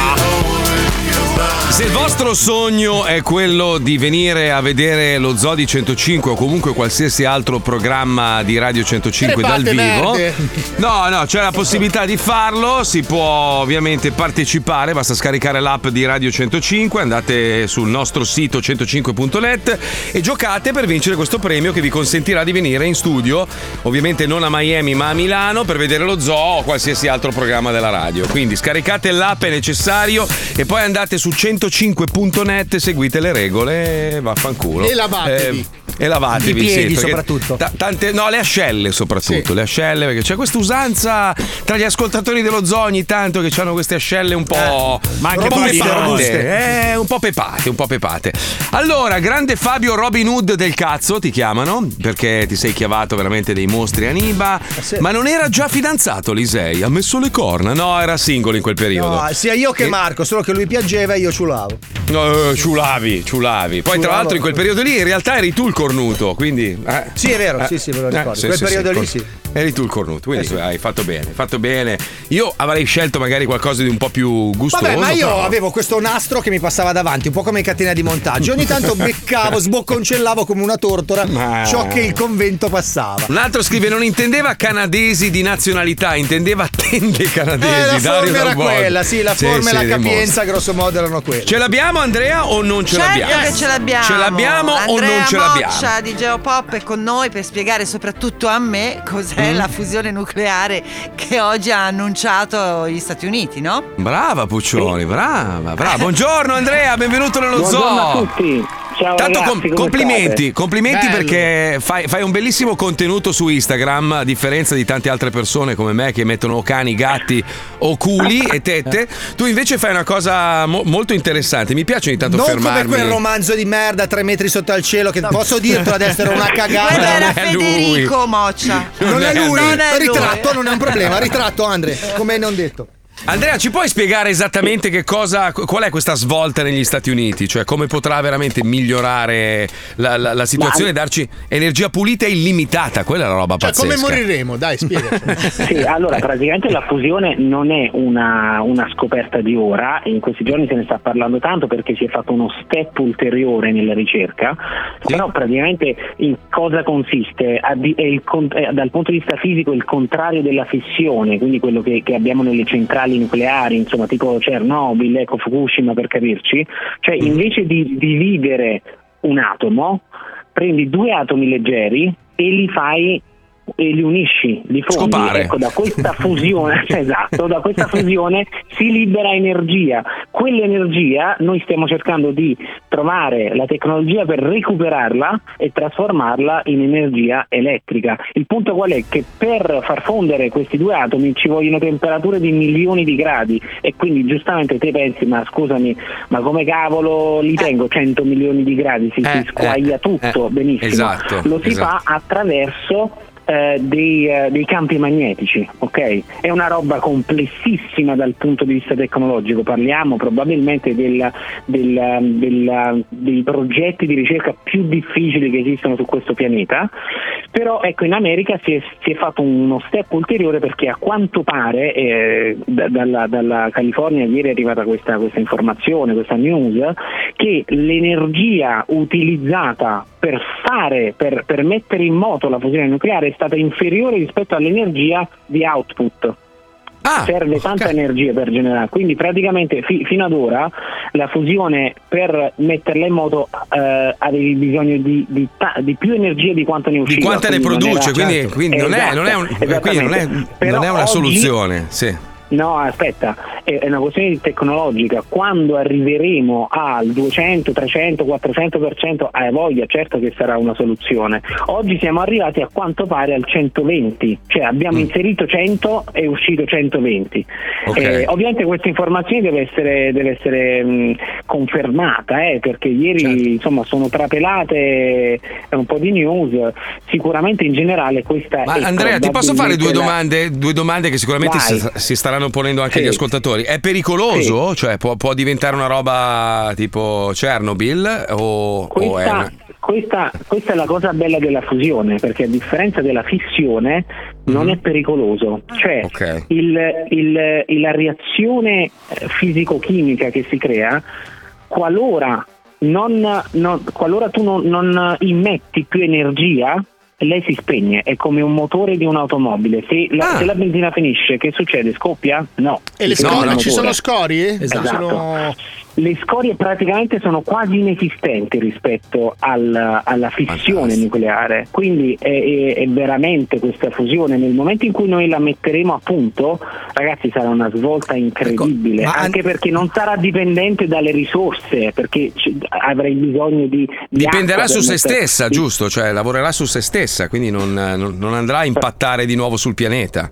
Se il vostro sogno è quello di venire a vedere lo Zoo di 105 o comunque qualsiasi altro programma di Radio 105 dal
Crepate
vivo,
merde.
no, no, c'è la possibilità di farlo, si può ovviamente partecipare, basta scaricare l'app di Radio 105, andate sul nostro sito 105.net e giocate per vincere questo premio che vi consentirà di venire in studio, ovviamente non a Miami ma a Milano per vedere lo zoo o qualsiasi altro programma della radio. Quindi scaricate l'app è necessario e poi andate su 105.net, seguite le regole, e vaffanculo. Eh,
E lavatevi.
e lavatevi,
I piedi
sì, perché
soprattutto.
ta- tante- no, le ascelle soprattutto, le ascelle, perché c'è questa usanza tra gli ascoltatori dello zoo ogni tanto che hanno queste ascelle un po'...
ma anche
pepate,
pallide, robuste.
eh, un po' pepate, un po' pepate. Allora, grande Fabio Robin Hood del cazzo ti chiamano, perché ti sei chiavato veramente dei mostri a Niba, ma non era già fidanzato Lisei, ha messo le corna, no, era singolo in quel periodo.
No, sia io che
E-
Marco, solo che lui piangeva e io ciulavo.
No, eh, ciulavi, ciulavi. Poi, tra
Ciulavo.
l'altro, in quel periodo lì in realtà eri tu il cornuto, quindi. eh.
Sì, è vero, sì, sì, me lo ricordo. Quel periodo lì,
cor-
sì. Eh,
Eri tu il cornuto, quindi hai fatto bene, hai fatto bene. Io avrei scelto magari qualcosa di un po' più gustoso.
Vabbè, ma io
però-
avevo questo nastro che mi passava davanti, un po' come in catena di montaggio. Ogni tanto beccavo, sbocconcellavo come una tortora ciò che il convento passava.
Un altro scrive: Non intendeva canadesi di nazionalità, intendeva tende canadesi.
Eh, la
Dario
forma era
Dalbon.
quella, sì, la
Sì,
forma e
sì,
la
dei
capienza, grosso modo, erano quelle.
mostri. Ce l'abbiamo, Andrea, o non ce
certo
l'abbiamo?
che ce l'abbiamo.
Ce l'abbiamo o
Andrea
non ce l'abbiamo?
Moccia di Geopop è con noi per spiegare soprattutto a me cos'è
Mm.
la fusione nucleare che oggi ha annunciato gli Stati Uniti, no?
Brava Puccioni, brava, brava. Buongiorno Andrea, benvenuto nello zoo.
Buongiorno a tutti.
Ciao
Tanto
ragazzi,
com-
come
complimenti,
state?
complimenti
Bello.
perché fai, fai un bellissimo contenuto su Instagram, a differenza di tante altre persone come me che mettono o cani, gatti o culi e tette. Tu invece fai una cosa mo- molto interessante. Mi piace ogni tanto
Non
fermarmi.
come quel romanzo di merda, tre metri sotto al cielo, che posso dirtelo adesso era una cagata.
Quello era
Non è lui.
Federico Moccia.
Non è lui,
Non è lui.
ritratto, non è un problema, ritratto Andre, come non detto.
Andrea, ci puoi spiegare esattamente che cosa, qual è questa svolta negli Stati Uniti? Cioè, come potrà veramente migliorare la, la- la situazione e darci energia pulita e illimitata? Quella è la roba
Cioè,
pazzesca.
come moriremo? Dai, spiega.
Sì, allora praticamente la fusione non è una, una scoperta di ora, in questi giorni se ne sta parlando tanto perché si è fatto uno step ulteriore nella ricerca, però praticamente in cosa consiste? Addi- È il con- è, dal punto di vista fisico il contrario della fissione, quindi quello che, che abbiamo nelle centrali nucleari, insomma tipo Chernobyl, ecco Fukushima per capirci, cioè invece di dividere un atomo, prendi due atomi leggeri e li fai e li unisci, li fondi.
Scopare.
Ecco, da questa fusione, esatto, da questa fusione si libera energia. Quell'energia noi stiamo cercando di trovare la tecnologia per recuperarla e trasformarla in energia elettrica. Il punto qual è? Che per far fondere questi due atomi ci vogliono temperature di milioni di gradi e quindi giustamente te pensi, ma scusami, ma come cavolo li tengo 100 milioni di gradi? Si, si squaglia tutto, benissimo.
esatto,
Lo si
esatto.
fa attraverso eh, dei, eh, dei campi magnetici, ok? È una roba complessissima dal punto di vista tecnologico, parliamo probabilmente del- del- del- dei progetti di ricerca più difficili che esistono su questo pianeta, però ecco in America si è, si è fatto uno step ulteriore perché a quanto pare eh, da- dalla, dalla California ieri è arrivata questa, questa informazione, questa news, che l'energia utilizzata per fare, per, per mettere in moto la fusione nucleare è stata inferiore rispetto all'energia di output.
Ah,
Serve tanta energia per generare, quindi praticamente fi- fino ad ora la fusione per metterla in moto eh, avevi bisogno di, di ta- di più energia di quanto ne usciva.
Di quanta ne
quindi non
produce,
era-
quindi, quindi non, è,
Esatto,
non è un- quindi non è- non
esattamente. Però
è una
oggi-
soluzione. Sì.
No, aspetta, è è una questione di tecnologica. Quando arriveremo al 200, 300, 400%, hai voglia, certo che sarà una soluzione. Oggi siamo arrivati a quanto pare al 120, cioè
Mm.
abbiamo inserito 100 e uscito 120.
Ok.
Eh, ovviamente questa informazione deve essere, deve essere, mh, confermata, eh, perché ieri
Certo.
insomma, sono trapelate eh, un po' di news. Sicuramente in generale questa
Ma
è
Andrea, ti posso fare due
probabilmente la-
domande, due domande che sicuramente
Ecco, Vai.
si, si staranno ponendo anche
Sì.
gli ascoltatori. È pericoloso? Cioè, può, può diventare una roba tipo Chernobyl? O, o è
questa,
una-
questa- questa è la cosa bella della fusione, perché a differenza della fissione
Mhm.
non è pericoloso. Cioè il- il- il- la reazione eh, fisico-chimica che si crea, qualora, non- non- qualora tu non, non immetti più energia, lei si spegne, è come un motore di un'automobile. Se la, se la benzina finisce, che succede? Scoppia? No.
Ah. E le
Si ferma
scorie,
il
ci sono
motore.
scorie?
Esatto.
Ci sono-
Le scorie praticamente sono quasi inesistenti rispetto al- alla fissione nucleare, quindi è, è- è veramente questa fusione. Nel momento in cui noi la metteremo a punto, ragazzi, sarà una svolta incredibile, anche perché non sarà dipendente dalle risorse, perché ci- avrai bisogno di... di
Dipenderà
acqua
su
per
se
mettere-
stessa,
Sì,
giusto? Cioè, lavorerà su se stessa, quindi non, non- non andrà a impattare di nuovo sul pianeta.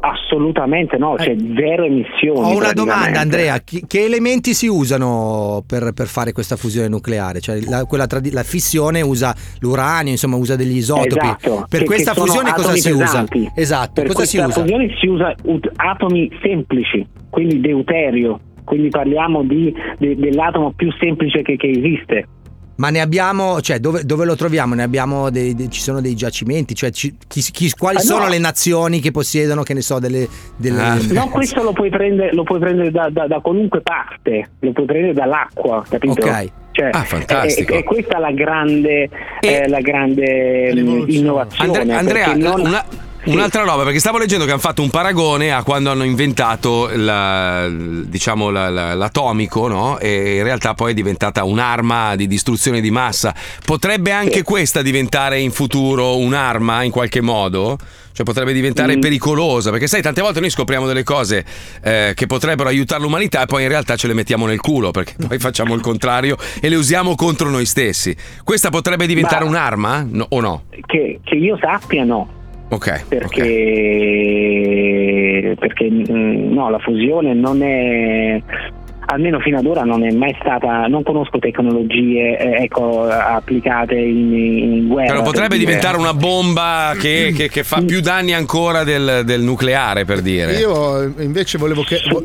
Assolutamente no, cioè zero emissioni.
Ho una
praticamente.
domanda, Ah, Andrea: chi- che elementi si usano per, per fare questa fusione nucleare? Cioè, la, quella tradi- la fissione usa l'uranio, insomma, usa degli isotopi.
Esatto,
Per
che-
questa
che sono
fusione cosa
atomi
si usa?
pesanti.
Esatto,
per
cosa si
questa
usa?
fusione si usa ut- atomi semplici, quindi deuterio, quindi parliamo di- de- dell'atomo più semplice che, che esiste.
Ma ne abbiamo, cioè, dove, dove lo troviamo? Ne abbiamo dei, dei- ci sono dei giacimenti, cioè, ci- chi- chi- quali
Ah, no.
sono le nazioni che possiedono, che ne so, delle. delle-
Ah.
No, questo lo puoi prendere, lo puoi prendere da, da- da qualunque parte, lo puoi prendere dall'acqua, capito?
Ok.
Cioè,
Ah, fantastico.
È, è- è questa la grande, eh, la grande mh, innovazione.
Andre-
perché
Andrea,
non-
una, Un'altra roba, perché stavo leggendo che hanno fatto un paragone a quando hanno inventato la- diciamo, la- la- l'atomico, no? E in realtà poi è diventata un'arma di distruzione di massa. Potrebbe anche questa diventare in futuro un'arma in qualche modo? Cioè potrebbe diventare pericolosa, perché sai, tante volte noi scopriamo delle cose eh, che potrebbero aiutare l'umanità e poi in realtà ce le mettiamo nel culo, perché poi facciamo il contrario e le usiamo contro noi stessi. Questa potrebbe diventare
Ma-
un'arma No- o no?
Che, che io sappia no,
Ok.
perché, perché mm, no, la fusione non è, almeno fino ad ora non è mai stata, non conosco tecnologie eh, ecco, applicate in, in guerra.
Però potrebbe
per dire.
diventare una bomba che, che- che fa più danni ancora del, del nucleare, per dire.
Io invece volevo che. vo-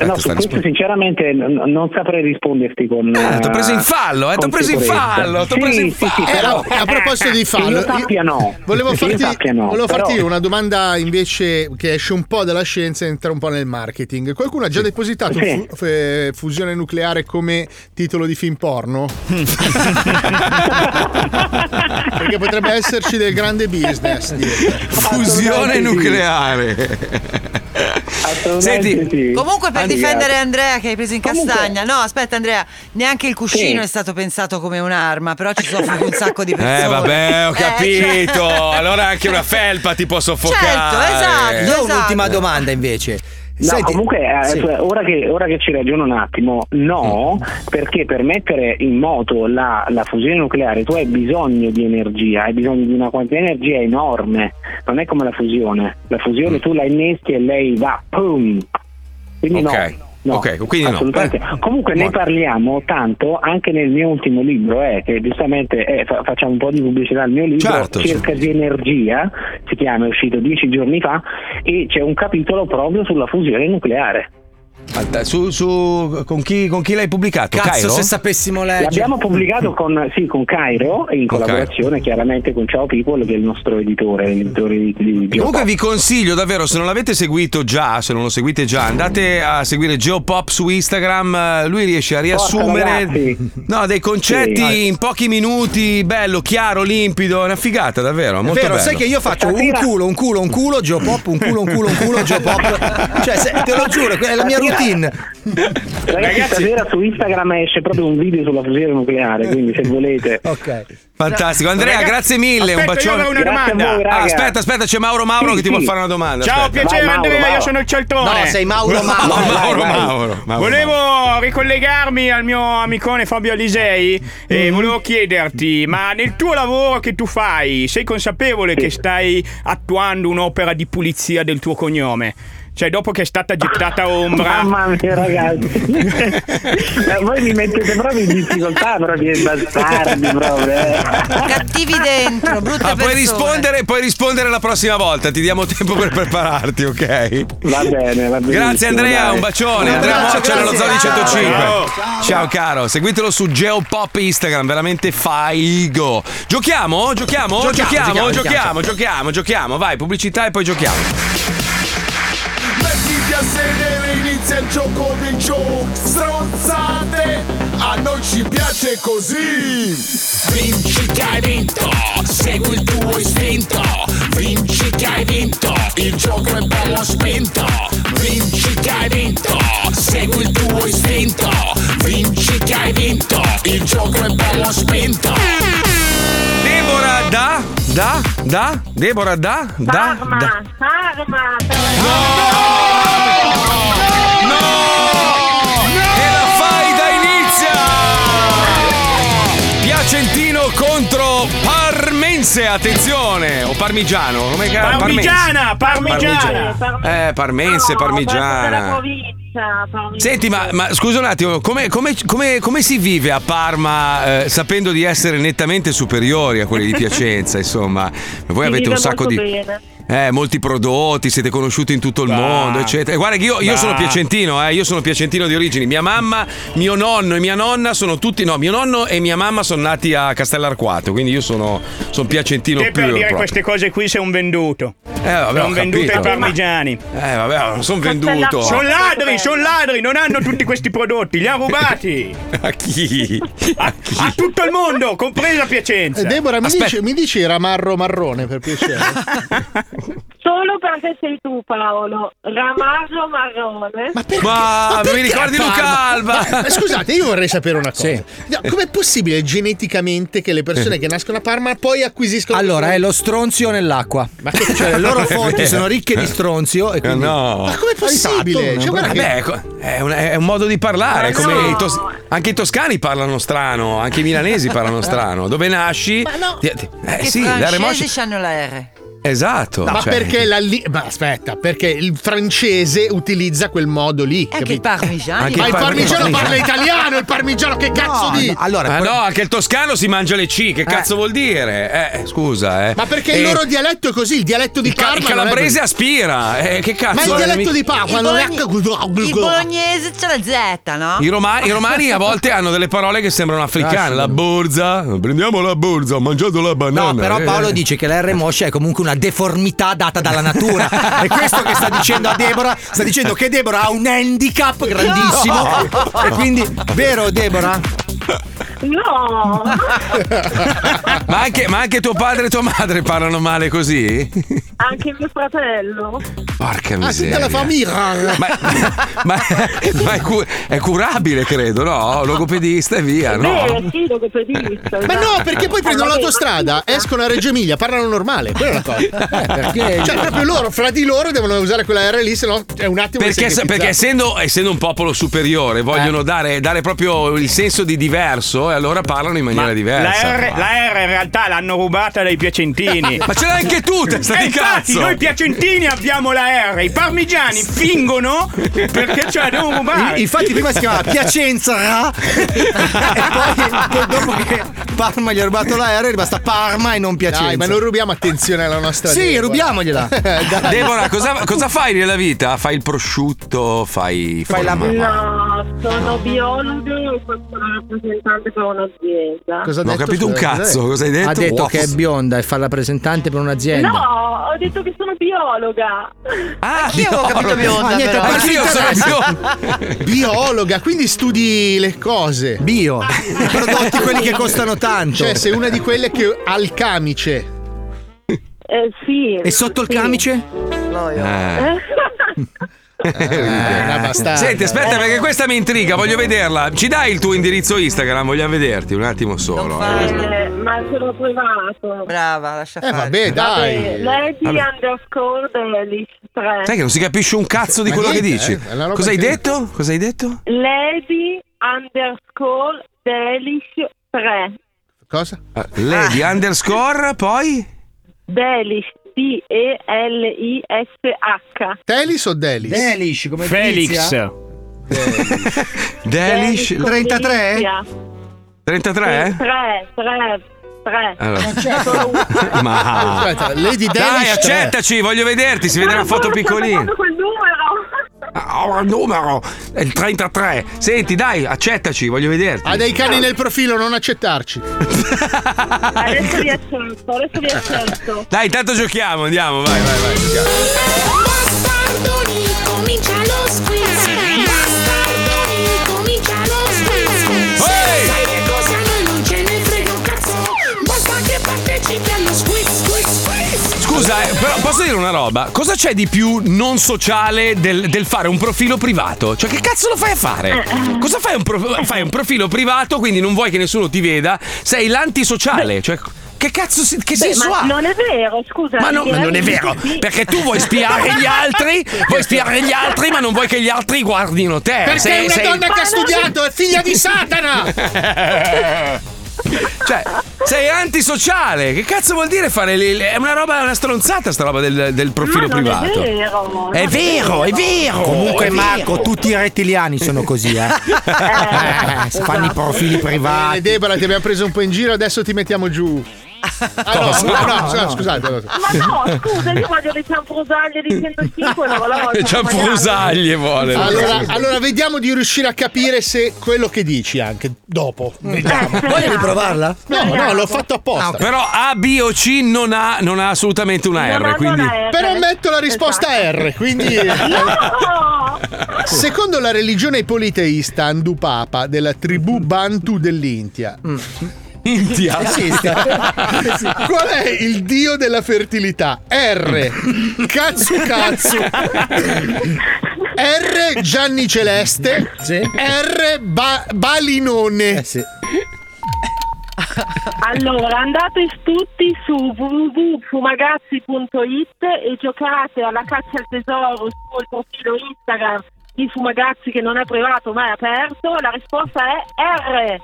Eh, No, su
sta
questo
rispondendo.
sinceramente n- non saprei risponderti con...
Eh, t'ho preso in
eh,
fallo, eh,
con
t'ho preso in
sicurezza.
fallo, t'ho
Sì,
preso in
sì, sì,
fallo.
però-
Eh, a proposito di
Che
fallo,
io sappia
io-
no.
volevo
Che io
farti,
sappia no,
volevo
però-
farti io una domanda invece che esce un po' dalla scienza e entra un po' nel marketing. Qualcuno ha già depositato
Sì.
fu- eh, fusione nucleare come titolo di film porno? Perché potrebbe esserci del grande business.
Fusione nucleare. Senti,
Comunque per
Andrea.
difendere Andrea che hai preso in castagna, no aspetta Andrea, neanche il cuscino
Sì.
è stato pensato come un'arma, però ci soffrono un sacco di persone.
Eh vabbè, ho
Eh, cioè-
capito. Allora anche una felpa ti può soffocare.
Io ho un'ultima domanda invece.
No,
Senti-
comunque eh,
sì.
cioè, ora, che, ora che ci ragiono un attimo, no,
Mm.
perché per mettere in moto la, la fusione nucleare tu hai bisogno di energia, hai bisogno di una quantità di energia enorme, non è come la fusione, la
Mm.
fusione tu la inneschi e lei va, pum. Quindi
Ok.
no. No,
Ok, Ecco, quindi no.
assolutamente. Comunque ne parliamo tanto anche nel mio ultimo libro, eh, che giustamente eh, fa- facciamo un po' di pubblicità al mio libro,
Certo,
Cerca di Energia, si chiama, è uscito dieci giorni fa, e c'è un capitolo proprio sulla fusione nucleare.
Aspetta, Su, su- con, chi, con chi l'hai pubblicato? Cairo?
sapessimo
L'abbiamo pubblicato con, sì, con Cairo e in collaborazione chiaramente con Ciao People che è il nostro editore, l'editore di, di
Comunque vi consiglio davvero, se non l'avete seguito già, se non lo seguite già, andate a seguire Geopop su Instagram, eh, lui riesce a riassumere no, dei concetti
Sì.
in pochi minuti, bello, chiaro, limpido, è una figata davvero, Ah, molto
Vero,
bello.
sai che io faccio un culo, un culo, un culo, Joe Pop, un culo, un culo, un culo, Joe Pop. Cioè, se- te lo giuro, quella è la mia routine.
Ragazzi, stasera su Instagram esce proprio un video sulla fusione nucleare, quindi se volete.
ok.
Fantastico, Andrea,
Ragazzi,
grazie mille, un
aspetta,
bacione.
io avrei una
Grazie a
domanda.
voi, raga. Ah, aspetta, aspetta, c'è Mauro Mauro
Sì,
che ti
sì.
vuol fare una domanda.
Ciao,
aspetta.
piacere Andrea, io sono il Cialtrone.
No, sei Mauro No, Mauro. Mauro, Mauro, Mauro.
volevo ricollegarmi al mio amicone Fabio Alisei
Mm.
e volevo chiederti, ma nel tuo lavoro che tu fai, sei consapevole che stai attuando un'opera di pulizia del tuo cognome? Cioè, dopo che è stata gettata ombra.
Mamma mia, ragazzi. Eh, Voi mi mettete proprio in difficoltà proprio di bastardi proprio. eh.
Cattivi dentro, brutte
Ah, puoi
persone.
rispondere, puoi rispondere la prossima volta, ti diamo tempo per prepararti, ok?
Va bene, va bene.
Grazie Andrea,
dai.
un bacione.
Un
Andrea
abbraccio,
Moccia nello
grazie.
Zoni
Ciao.
105.
Ciao.
Ciao caro, seguitelo su Geopop Instagram, veramente faigo. Giochiamo? Giochiamo? Giochiamo,
Giochiamo,
giochiamo,
giochiamo,
giochiamo, giochiamo, Vai, pubblicità e poi giochiamo.
Mettiti a sedere, inizia il gioco dei giochi Stronzate, a noi ci piace così Vinci che hai vinto, segui il tuo istinto Vinci che hai vinto, il gioco è bello spinto Vinci che hai vinto, segui il tuo istinto Vinci che hai vinto, il gioco è bello spinto
Debora da, da, da, Debora da, da, da.
Arma,
Fai da inizia! Piacentino contro Parmense, attenzione! O Parmigiano, come ca-
Parmigiana,
Parmense.
parmigiana.
Parmigiana. Eh, Parmense, Parmigiana. Senti, ma, ma scusa un attimo, come, come- come- come si vive a Parma eh, sapendo di essere nettamente superiori a quelli di Piacenza? insomma, voi
Si
avete
vive
un sacco
molto
di.
bene.
Eh, molti prodotti, siete conosciuti in tutto il
Ah.
mondo, eccetera. E Guarda che io, io
Bah.
sono piacentino, eh, io sono piacentino di origini. Mia mamma, mio nonno e mia nonna sono tutti. No, mio nonno e mia mamma sono nati a Castellarquato, quindi io sono, sono piacentino
Te
più
per dire
proprio.
queste cose qui sei un venduto.
Eh, vabbè, ho
sono vendute ai
capito.
parmigiani.
Eh, vabbè, non sono venduto.
Sono ladri, sono ladri, non hanno tutti questi prodotti, li ha rubati.
A chi?
A tutto il mondo, compresa Piacenza.
Eh, Deborah, mi
Aspetta.
dici, mi dici Ramarro Marrone per piacere?
Solo perché sei tu, Paolo. Ramaso marrone. Ma perché?
Ma perché a Parma?
Alba?
Ma Scusate, io vorrei sapere una cosa. No, Com'è possibile geneticamente che le persone che nascono a Parma poi acquisiscono
Allora, è lo stronzio nell'acqua. Cioè, le loro fonti sono ricche di stronzio e quindi...
Eh, No. Ma
com'è possibile? Cioè, guarda che-
Vabbè, è co- è, un, è un modo di
Eh,
parlare.
Ma
come
no.
i tos- anche i toscani parlano strano, anche i milanesi parlano strano. Dove nasci? ti- ti- eh,
Che
sì,
i
la remoscia.
francesi hanno la R.
Esatto.
ma
cioè-
perché la li- Ma aspetta, perché il francese utilizza quel modo lì.
Anche Eh, il parmigiano.
Anche
ma il
il par-
parmigiano parla
parmigiano.
italiano, il parmigiano che cazzo di.
Ah, no, anche il toscano si mangia le C. Che cazzo vuol dire? Eh, scusa, eh.
Eh. Ma perché
Eh,
il loro dialetto è così, il dialetto di Parma.
Il
non è
calabrese
così.
aspira. Eh, che cazzo
Ma il
è?
dialetto
Mi-
di Parma
Il
non è
bologn- Il bolognese c'è la Z, no?
I, roma- i romani a volte hanno delle parole che sembrano africane. La borza, prendiamo la borza, ho mangiato la banana.
No, però
Eh.
Paolo dice che la R moscia è comunque una deformità data dalla natura. È questo che sta dicendo a Deborah. Sta dicendo che Deborah ha un handicap grandissimo.
No.
E quindi, vero Deborah?
No!
Ma anche, ma anche tuo padre e tua madre parlano male così?
Anche mio fratello.
Porca
Ah, sì,
miseria.
dalla
famiglia.
Ma, ma- ma è, cu- è curabile, credo, no? Logopedista e via, no?
Beh, Eh, sì, logopedista.
Ma no, perché poi prendono
Ah, vabbè,
l'autostrada, escono a Reggio Emilia, parlano normale. Quella è la cosa.
Eh, perché-
Cioè, proprio loro, fra di loro, devono usare quella R lì, se no è un attimo. di
Perché,
semplificazione.
perché essendo, essendo un popolo
Eh.
superiore vogliono dare, dare proprio il senso di diverso e allora parlano in maniera diversa.
La R,
Ma-
la R in realtà l'hanno rubata dai piacentini.
Ma ce l'hai anche tu, testa
Eh,
di
infatti,
cazzo!
noi piacentini abbiamo la R, i parmigiani fingono perché ce la devono rubare.
I- Infatti, prima si chiamava Piacenza. e poi, poi dopo che Parma gli ha rubato la R, è rimasta Parma e non Piacenza.
Dai, ma non rubiamo attenzione alla nostra
Sì,
lingua.
rubiamogliela.
Dai.
Deborah, cosa, cosa fai nella vita? Fai il prosciutto, fai.
Fai la-
forma-
No, sono biologo e sono rappresentante per un'azienda.
Cosa ha detto? Scusa, Ah,
cosa hai detto?
Ha detto
Wow.
che è bionda e fa la rappresentante per un'azienda.
No, ho detto che sono biologa.
Ah,
io
avevo capito bionda, però.
Anch'io
sono
biologa, quindi studi le cose. Ah.
Bio. I prodotti quelli che costano tanto.
Cioè, sei una di quelle che ha il camice.
Eh, sì.
E sotto il camice?
Eh.
Eh,
una bastarda. Eh.
Senti, aspetta, perché questa mi intriga, voglio vederla. Ci dai il tuo indirizzo Instagram? Vogliamo vederti un attimo solo. eh.
Eh, ma sono privato.
Brava, lascia
fare. vabbè, dai.
Lady
Vabbè.
underscore Delis 3.
Sai che non si capisce un cazzo di
Ma
quello
niente,
che dici.
eh, è una roba
Cosa hai
che-
detto? Cosa hai detto?
Lady underscore Delis 3.
Cosa?
Ah,
Ah.
Lady underscore, poi?
Delis D-E-L-I-S-H.
Telis o Delis?
Delish, come
Felix.
Delish.
33?
33?
3, 3, 3.
Allora. Ma.
Aspetta, Lady
Dai,
Delish
accettaci, voglio vederti. Si vede una foto piccolina.
quel numero.
Ah, Ho il numero, è il 33. Senti, dai, accettaci, voglio vederti.
Ha dei cani nel profilo, non accettarci.
Ah, ecco.
Adesso vi accetto, adesso vi accetto.
Dai, intanto giochiamo, andiamo, vai, vai, vai. giochiamo.
Bastardoni, comincia lo squiz. Bastardoni, comincia lo squiz. Sai che cosa a noi non ce ne frega un cazzo. Basta che partecipi allo squiz, squiz, squiz.
Scusa, eh, però posso dire una roba? Cosa c'è di più non sociale del, del fare un profilo privato? Cioè, che cazzo lo fai a fare? Cosa fai un, prof- fai un profilo privato, quindi non vuoi che nessuno ti veda? Sei l'antisociale, cioè. Che cazzo si- che
Beh,
senso
ma
ha?
non è vero, scusa.
Ma, no, ma non è vero, perché tu vuoi spiare gli altri, vuoi spiare gli altri, ma non vuoi che gli altri guardino te.
Perché è una donna che ha studiato, è figlia di Satana!
cioè, sei antisociale. Che cazzo vuol dire fare le- le- È una roba, è una stronzata sta roba del, del profilo
Ma non è
privato.
vero, non
È vero, è vero.
Comunque,
è vero.
Marco, tutti i rettiliani sono così, eh.
Esatto.
Eh, si fanno i profili privati.
Eh, Deborah, ti abbiamo preso un po' in giro, adesso ti mettiamo giù. Ah, no,
Cosa?
no, no,
No,
no,
no.
scusate. no.
Ma no, scusa, io voglio le cianfrusaglie di 105 una volta.
Cianfrusaglie vuole.
Allora, allora vediamo di riuscire a capire se quello che dici anche dopo. Vediamo.
Vuoi riprovarla?
No, no, l'ho fatto
Ah,
apposta.
Però A, B o C non ha, non ha assolutamente una R. Quindi.
Però metto la risposta R, quindi... Secondo la religione politeista Andupapa della tribù Bantu dell'India.
India?
Esiste. Qual è il dio della fertilità? R. Cazzu cazzu. R. Gianni Celeste. R. Ba- Balinone.
Allora, andate tutti su www.fumagazzi.it e giocate alla caccia al tesoro sul profilo Instagram di Fumagazzi che non è privato ma è aperto. La risposta è R.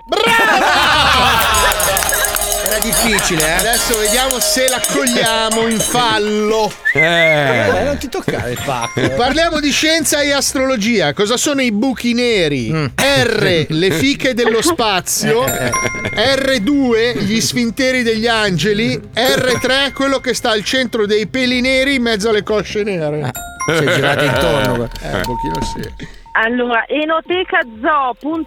Era difficile, eh? Adesso vediamo se la cogliamo in fallo.
Eh.
non ti toccare il pacco. Parliamo di scienza e astrologia. Cosa sono i buchi neri?
Mm.
R, le fiche dello spazio. R2, gli sfinteri degli angeli. R3, quello che sta al centro dei peli neri in mezzo alle cosce nere.
Ah. Si è girati intorno.
Eh, un pochino sì.
Allora, enotecazoo.com,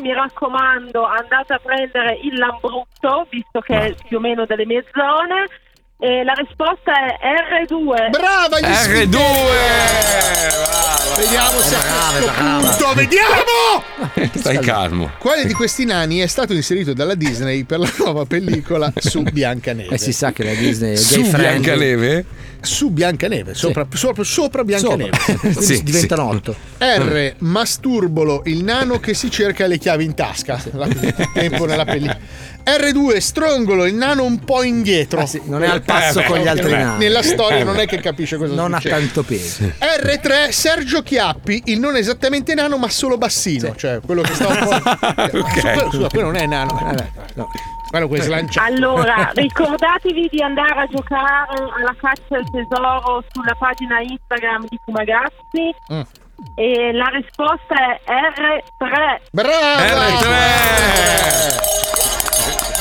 mi raccomando, andate a prendere il lambrutto, visto che è più o meno delle mie zone. E la risposta è R2.
Brava,
gli
R2!
Vediamo se a questo
brava.
punto, vediamo!
Stai calmo.
Quale di questi nani è stato inserito dalla Disney per la nuova pellicola su Biancaneve?
E Eh, si sa che la Disney è
Su
gay friendly.
Biancaneve? Su Biancaneve, sopra, sopra, sopra Biancaneve.
Quindi
Sì, Mm.
diventano otto.
R. Masturbolo, il nano che si cerca le chiavi in tasca. La- Tempo nella pellicola. R2. Strongolo, il nano un po' indietro.
Ah, non è al
Eh,
passo con gli altri nani.
Nella storia
Eh,
non
beh.
è che capisce cosa
Non ha
succede.
tanto peso.
R3 Sergio Chiappi, il non esattamente nano ma solo bassino, cioè quello che sta un po'. Scusa, scusa, quello non è nano. eh, Quello che slancia.
Allora, ricordatevi di andare a giocare alla caccia al tesoro sulla pagina Instagram di Fumagazzi.
Mm.
E la risposta è R3.
Eh!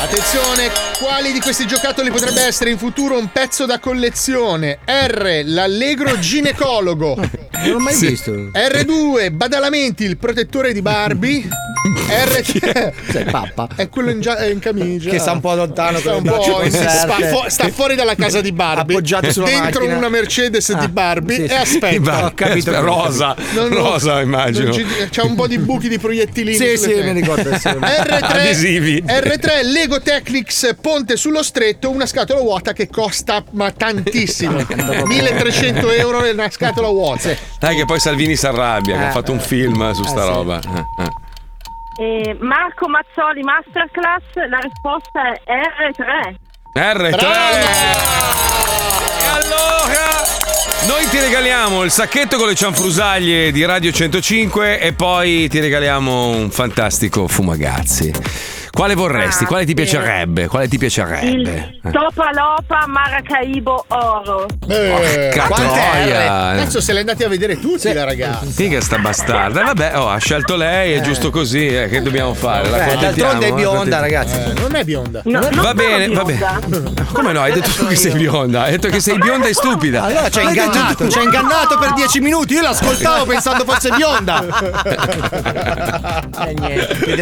Attenzione, quali di questi giocattoli potrebbe essere in futuro un pezzo da collezione? R, l'allegro ginecologo. Non
l'ho mai Sì. visto.
R2, Badalamenti, il protettore di Barbie. R3 è quello in, gia- è in camicia
Che sta un po' lontano
sta,
con
un
le braccia
po' in-
conserte.
sta fu- sta fuori dalla casa di Barbie
Appoggiate sulla
dentro
macchina. Ah.
una Mercedes di Barbie
sì, sì.
e aspetta
Di Barbie, Ho capito,
aspetta,
ho
rosa,
capito.
rosa, immagino.
non ci- c'è un po' di buchi di proiettilini sulle
Sì, sì,
tende.
mi ricordo, sì.
R3
Adesivi.
R3 Lego Technics Ponte sullo Stretto una scatola vuota che costa ma tantissimo 1300 euro è una scatola vuota
Dai, che poi Salvini si arrabbia, che
Eh,
ha fatto un film su
eh,
sta
sì.
roba. Eh, eh.
E Marco Mazzoli Masterclass, la risposta è R3.
R3! E allora noi ti regaliamo il sacchetto con le cianfrusaglie di Radio 105 e poi ti regaliamo un fantastico fumagazzi. Quale vorresti? Quale ti piacerebbe? Quale ti piacerebbe? Eh.
Topa Lopa Maracaibo Oro.
Porca troia!
Adesso Eh, se l'è andati a vedere tutti la ragazza
Figa sta bastarda. Vabbè, oh, ha scelto lei, è giusto così. eh, che dobbiamo fare? La
Vabbè,
accontentiamo,
d'altronde è bionda,
eh?
ragazzi.
Eh, non è bionda
va bene, va bene. Come no? Hai detto tu che sei bionda, hai detto che sei bionda e stupida.
Allora ci ha
Hai detto
ingannato,
tu-
ci ha ingannato per 10 minuti. Io l'ascoltavo pensando fosse bionda.
Eh,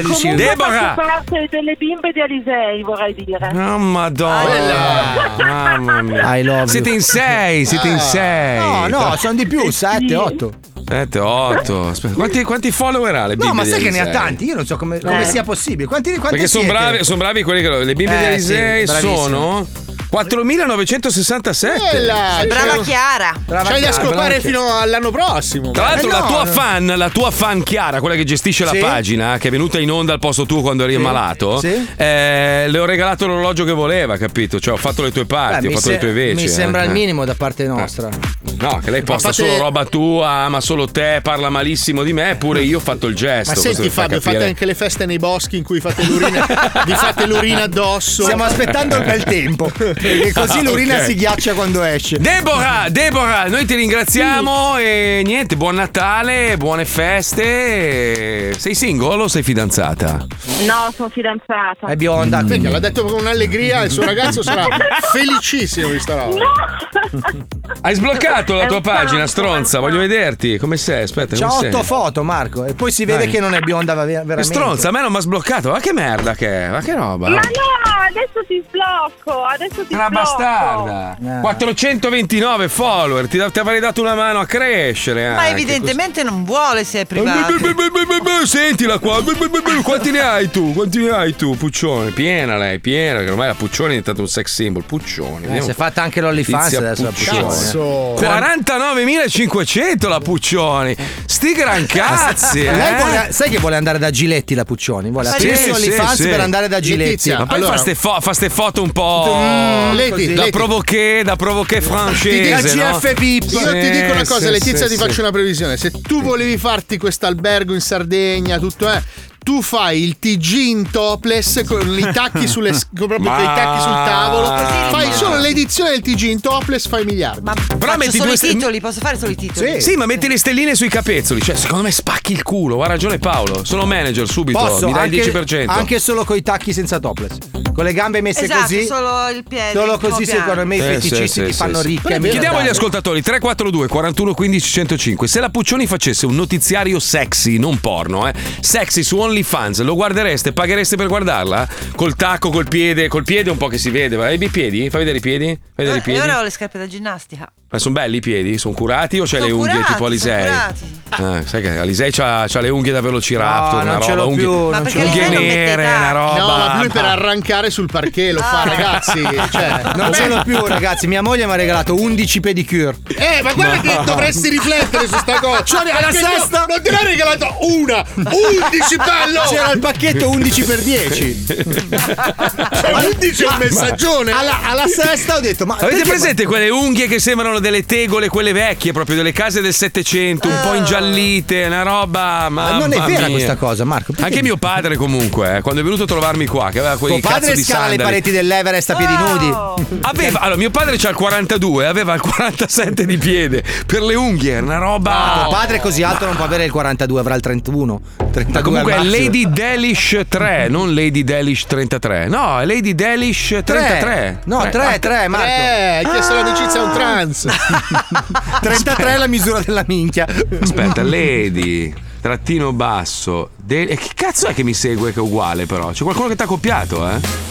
Comunque
Deborah!
faccio parte delle bimbe di Alisei, vorrei dire.
Oh, madonna. Mamma mia.
I love you.
siete in sei, siete in
Ah.
sei. Eh,
No, no, sono di più, 7, 8.
7, 8. Quanti, quanti follower ha le bimbe
No, ma sai
di
che ne ha
Alisei?
tanti, io non so come, come
Eh.
sia possibile. Quanti, quanti
Perché sono
siete?
bravi, son bravi quelli che lo- le bimbe
Eh,
di Alisei
sì, bravissimo.
sono 4967.
Bella!
Brava Chiara.
C'hai da Cioè, scopare fino all'anno prossimo.
Tra l'altro,
Eh,
la
no,
tua
no.
fan, la tua fan Chiara, quella che gestisce la
Sì.
pagina, che è venuta in onda al posto tuo quando eri malato,
Sì.
eh, le ho regalato l'orologio che voleva, capito? Cioè, ho fatto le tue
Beh,
parti, ho
mi,
fatto
se-
le tue veci.
mi
eh.
sembra il
Eh.
minimo da parte nostra.
No, che lei posta
fate-
solo roba tua, ama solo te, parla malissimo di me, eppure io ho fatto il gesto.
Ma
questo
senti
mi fa
Fabio, fate
capire.
anche le feste nei boschi in cui fate l'urina, vi fate l'urina addosso.
Stiamo aspettando il bel tempo. Perché così
Ah,
l'urina
ok.
si ghiaccia quando esce.
Deborah, Deborah, noi ti ringraziamo e niente, buon Natale, buone feste. Sei single o sei fidanzata?
No, sono fidanzata.
Mm.
bionda.
Minchia, l'ha detto con un'allegria, il suo ragazzo sarà felicissimo di sta roba.
Hai sbloccato
È
la
un
tua pagina, stronza, voglio vederti. Come sei? Aspetta,
C'ha
come sei?
otto foto, Marco. E poi si vede
Dai.
che non è bionda va-
È
veramente.
stronza, a me non mi ha sbloccato, ma che merda che è, ma che roba.
Ma no, adesso ti sblocco, adesso ti
Una
sblocco.
bastarda.
Eh.
429 follower, ti, ti avrei dato una mano a crescere. eh,
Ma
anche,
evidentemente non vuole se è privato.
così. Beh, beh, beh, beh, beh, Sentila qua, Beh, beh, beh, beh, quanti ne hai tu? Quanti ne hai tu, Puccione? Piena lei, piena, che ormai la Puccione è diventata un sex symbol. Puccione,
Eh,
vediamo
si è
qua.
fatta anche l'OnlyFans
Tizia
adesso la
Puccioni.
Puccioni.
Quaranta- 49.500 la Puccioni. Sti gran cazzi, eh?
Lei vuole- sai che vuole andare da Giletti la Puccioni? Vuole
Sì,
aprirsi
sì,
OnlyFans
sì.
per andare da Giletti.
Ma poi fa, ste fo- fa ste foto un po'.
Mm,
Leti,
così. da
Leti.
provoqué, da provoqué francese.
Ti-
no?
Io ti dico una cosa,
Sì,
Letizia,
sì,
ti
sì.
faccio una previsione. Se tu volevi farti questo albergo in Sardegna, tutto è. Tu fai il TG in topless con i tacchi sulle s- con proprio
Ma-
quei tacchi sul tavolo.
Così,
Fai
ma-
solo l'edizione del TG in topless, fai miliardi. Ma
Faccio
metti
solo
due
i
st-
titoli, posso fare solo i titoli?
Sì, ma metti le stelline sui capezzoli. Cioè, secondo me spacchi il culo. Ha ragione Paolo. Sono manager subito.
Posso
mi dai
anche,
il 10%.
anche solo con i tacchi senza topless. Con le gambe messe
Esatto,
così.
solo il piede.
Solo
il primo
così
piano.
secondo me i
Eh, sì,
feticisti
sì,
ti
sì,
fanno
sì.
ricca.
Chiediamo agli ascoltatori 342 41 15 105 se la Puccioni facesse un notiziario sexy, non porno, eh, sexy su OnlyFans, lo guardereste, paghereste per guardarla? Col tacco, col piede, col piede un po' che si vede, vai i piedi? Fai vedere i piedi? Fai vedere i
E ora ho
piedi?
le scarpe da ginnastica.
Ma sono belli i piedi? Sono curati o c'è le unghie
curati,
tipo Alisei?
sono curati.
Ah, sai che Alisei c'ha, c'ha le unghie da velociraptor,
No,
una
non ce
roba,
l'ho
unghie,
più, non
ce l'ho
unghie
più.
nere, una roba.
No, ma lui per arrancare sul parquet lo
Ah.
fa, ragazzi. Cioè,
non ce l'ho più, ragazzi. Mia moglie mi ha regalato 11 pedicure.
Eh, ma guarda
No.
che dovresti riflettere su sta cosa.
Cioè, alla
Perché io
sesta-
Non te l'ho regalato una, 11 bello.
C'era il pacchetto 11 per 10.
Cioè, 11 è un messaggione.
Alla, alla sesta ho detto, ma
Avete
perché-
presente quelle unghie che sembrano delle tegole, quelle vecchie, proprio delle case del Settecento, un po' ingiallite, una roba.
Ma
Ma
Eh. non è vera
mia.
questa cosa, Marco. perché-
Anche mio padre, comunque, eh, quando è venuto a trovarmi qua, che aveva
Tuo
quei cazzo
padre
di
scala le
sandali.
pareti dell'Everest a piedi nudi.
Aveva- allora, mio padre c'ha il 42, aveva il 47 di piede per le unghie, era una roba.
Ah, Tuo padre così alto non può avere il 42, avrà il 31. 32
Ma comunque è
al massimo.
Lady Delish 3, non Lady Delish 33. No, è Lady Delish 33.
No,
Tre.
tre, tre, Marco.
Eh, hai chiesto l'amicizia a un trans.
33 è la misura della minchia.
Aspetta, Lady, trattino basso. De- e che cazzo è che mi segue che è uguale però? C'è qualcuno che ti ha copiato, eh?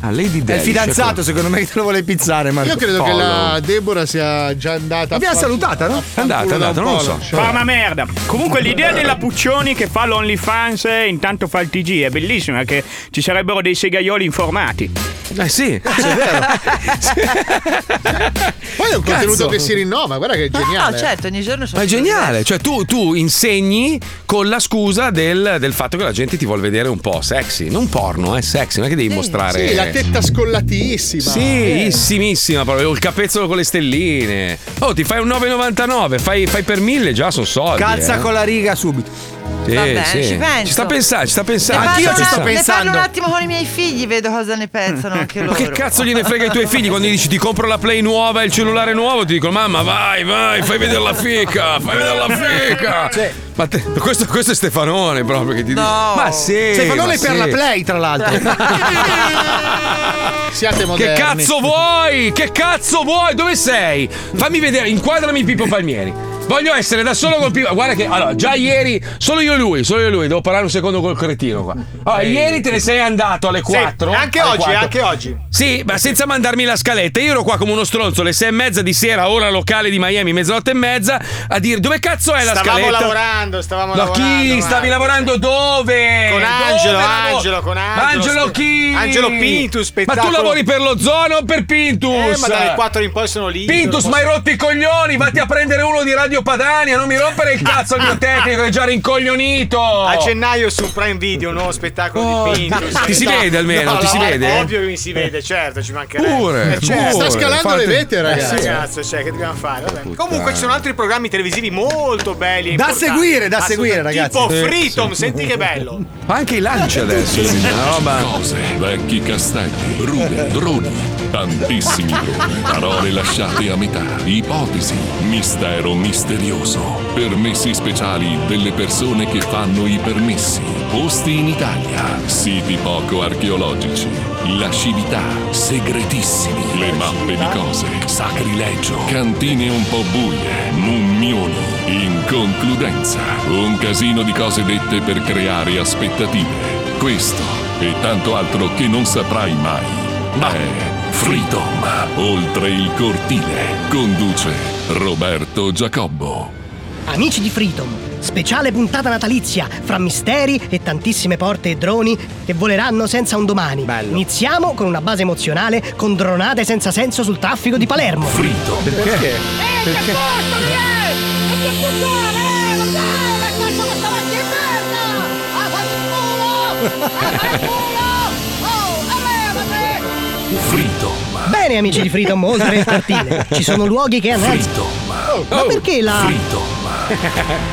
Ah, Lady
È il
Delish,
fidanzato, secondo me, che te lo vuole pizzare, Marco.
Io credo che
Polo.
la Deborah sia già andata.
L'abbiamo salutata, no?
È andata, è andata, Ah, non lo so.
Fa una merda. Comunque l'idea della Puccioni che fa l'OnlyFans e intanto fa il TG è bellissima, che ci sarebbero dei segaioli informati.
Eh sì,
è vero.
Poi è un
Cazzo.
contenuto che si rinnova, guarda che è geniale.
No, certo, ogni giorno sono
eh. Ma è geniale, cioè tu, tu insegni con la scusa del, del fatto che la gente ti vuol vedere un po' sexy, non porno, è sexy, non è che devi mostrare...
Sì, la Eh. tetta scollatissima.
Sì, issimissima proprio, il capezzolo con le stelline. Oh, ti fai un 9,99, fai, fai per 1000, già sono soldi.
Calza
eh.
con la riga subito.
Sì,
Va bene,
sì.
ci penso.
sta pensando, ci sta pensando.
Anch'io
sta
Ne parlo un
pensando.
attimo con i miei figli, vedo cosa ne pensano anche loro.
Ma che cazzo gliene frega ai tuoi figli quando gli dici ti compro la play nuova e il cellulare nuovo? Ti dicono mamma vai, vai, fai vedere la fica, fai vedere la fica. Ma te- questo, questo è Stefanone proprio che ti dice. Ma sì.
Stefanone
ma
per
sì.
la play, tra l'altro.
Siate
Che
moderni.
cazzo vuoi? Che cazzo vuoi? Dove sei? Fammi vedere, inquadrami Pippo Palmieri. Voglio essere da solo col Pippo. Guarda che. Allora, già ieri, solo io e lui, solo io e lui, devo parlare un secondo col cretino qua. Allora, ieri te ne sei andato alle 4.
anche
alle
oggi,
4.
anche oggi.
Sì, ma senza mandarmi la scaletta. Io ero qua come uno stronzo, alle sei e mezza di sera, ora locale di Miami, mezzanotte e mezza, a dire dove cazzo è la
stavamo
scaletta?
lavorando, stavamo
No,
lavorando.
chi?
Marco.
Stavi lavorando dove?
Con
Dove
Angelo,
lavori?
Angelo, con Angelo.
Angelo chi?
Angelo Pintus,
Ma tu
spettacolo.
lavori per lo zono o per Pintus?
Eh, ma dalle 4 in poi sono lì.
Pintus, ma hai rotto i coglioni, vatti a prendere uno di Radio Radio Padania, non mi rompere il cazzo il mio tecnico, è già rincoglionito.
A gennaio su Prime Video, nuovo spettacolo di Pintus.
Oh, Ti si vede almeno, ti si vede?
Ovvio che mi si vede, certo, ci mancherebbe.
Pure,
Eh, certo.
pure, fate- Eh,
Eh,
sì.
Ragazzo, cioè, che dobbiamo fare? Vabbè. Comunque ci sono altri programmi televisivi molto belli. e
Da
importanti.
seguire, da
Assolutamente.
seguire, ragazzi.
Tipo
Sì,
Freedom,
sì.
senti che bello.
Ma anche i lanci adesso,
Tutte
una roba.
Cose, vecchi castagni, Eh. rune, droni, tantissimi droni, parole lasciate a metà, ipotesi, mistero misterioso, permessi speciali delle persone che fanno i permessi, posti in Italia, siti poco archeologici, lascività, segretissimi, le mappe di cose, sacrilegio, cantine un po' buie, mummioni. In concludenza, un casino di cose dette per creare aspettative. Questo e tanto altro che non saprai mai. Ma è Freedom, oltre il cortile, conduce Roberto Giacobbo.
Amici di Freedom, speciale puntata natalizia fra misteri e tantissime porte e droni che voleranno senza un domani. Iniziamo con una base emozionale con dronate senza senso sul traffico di Palermo.
Freedom. Perché?
Perché?
Freedom.
Bene amici di Freedom, oltre il cortile, ci sono luoghi che analizzano. ma
oh,
Oh,
perché la...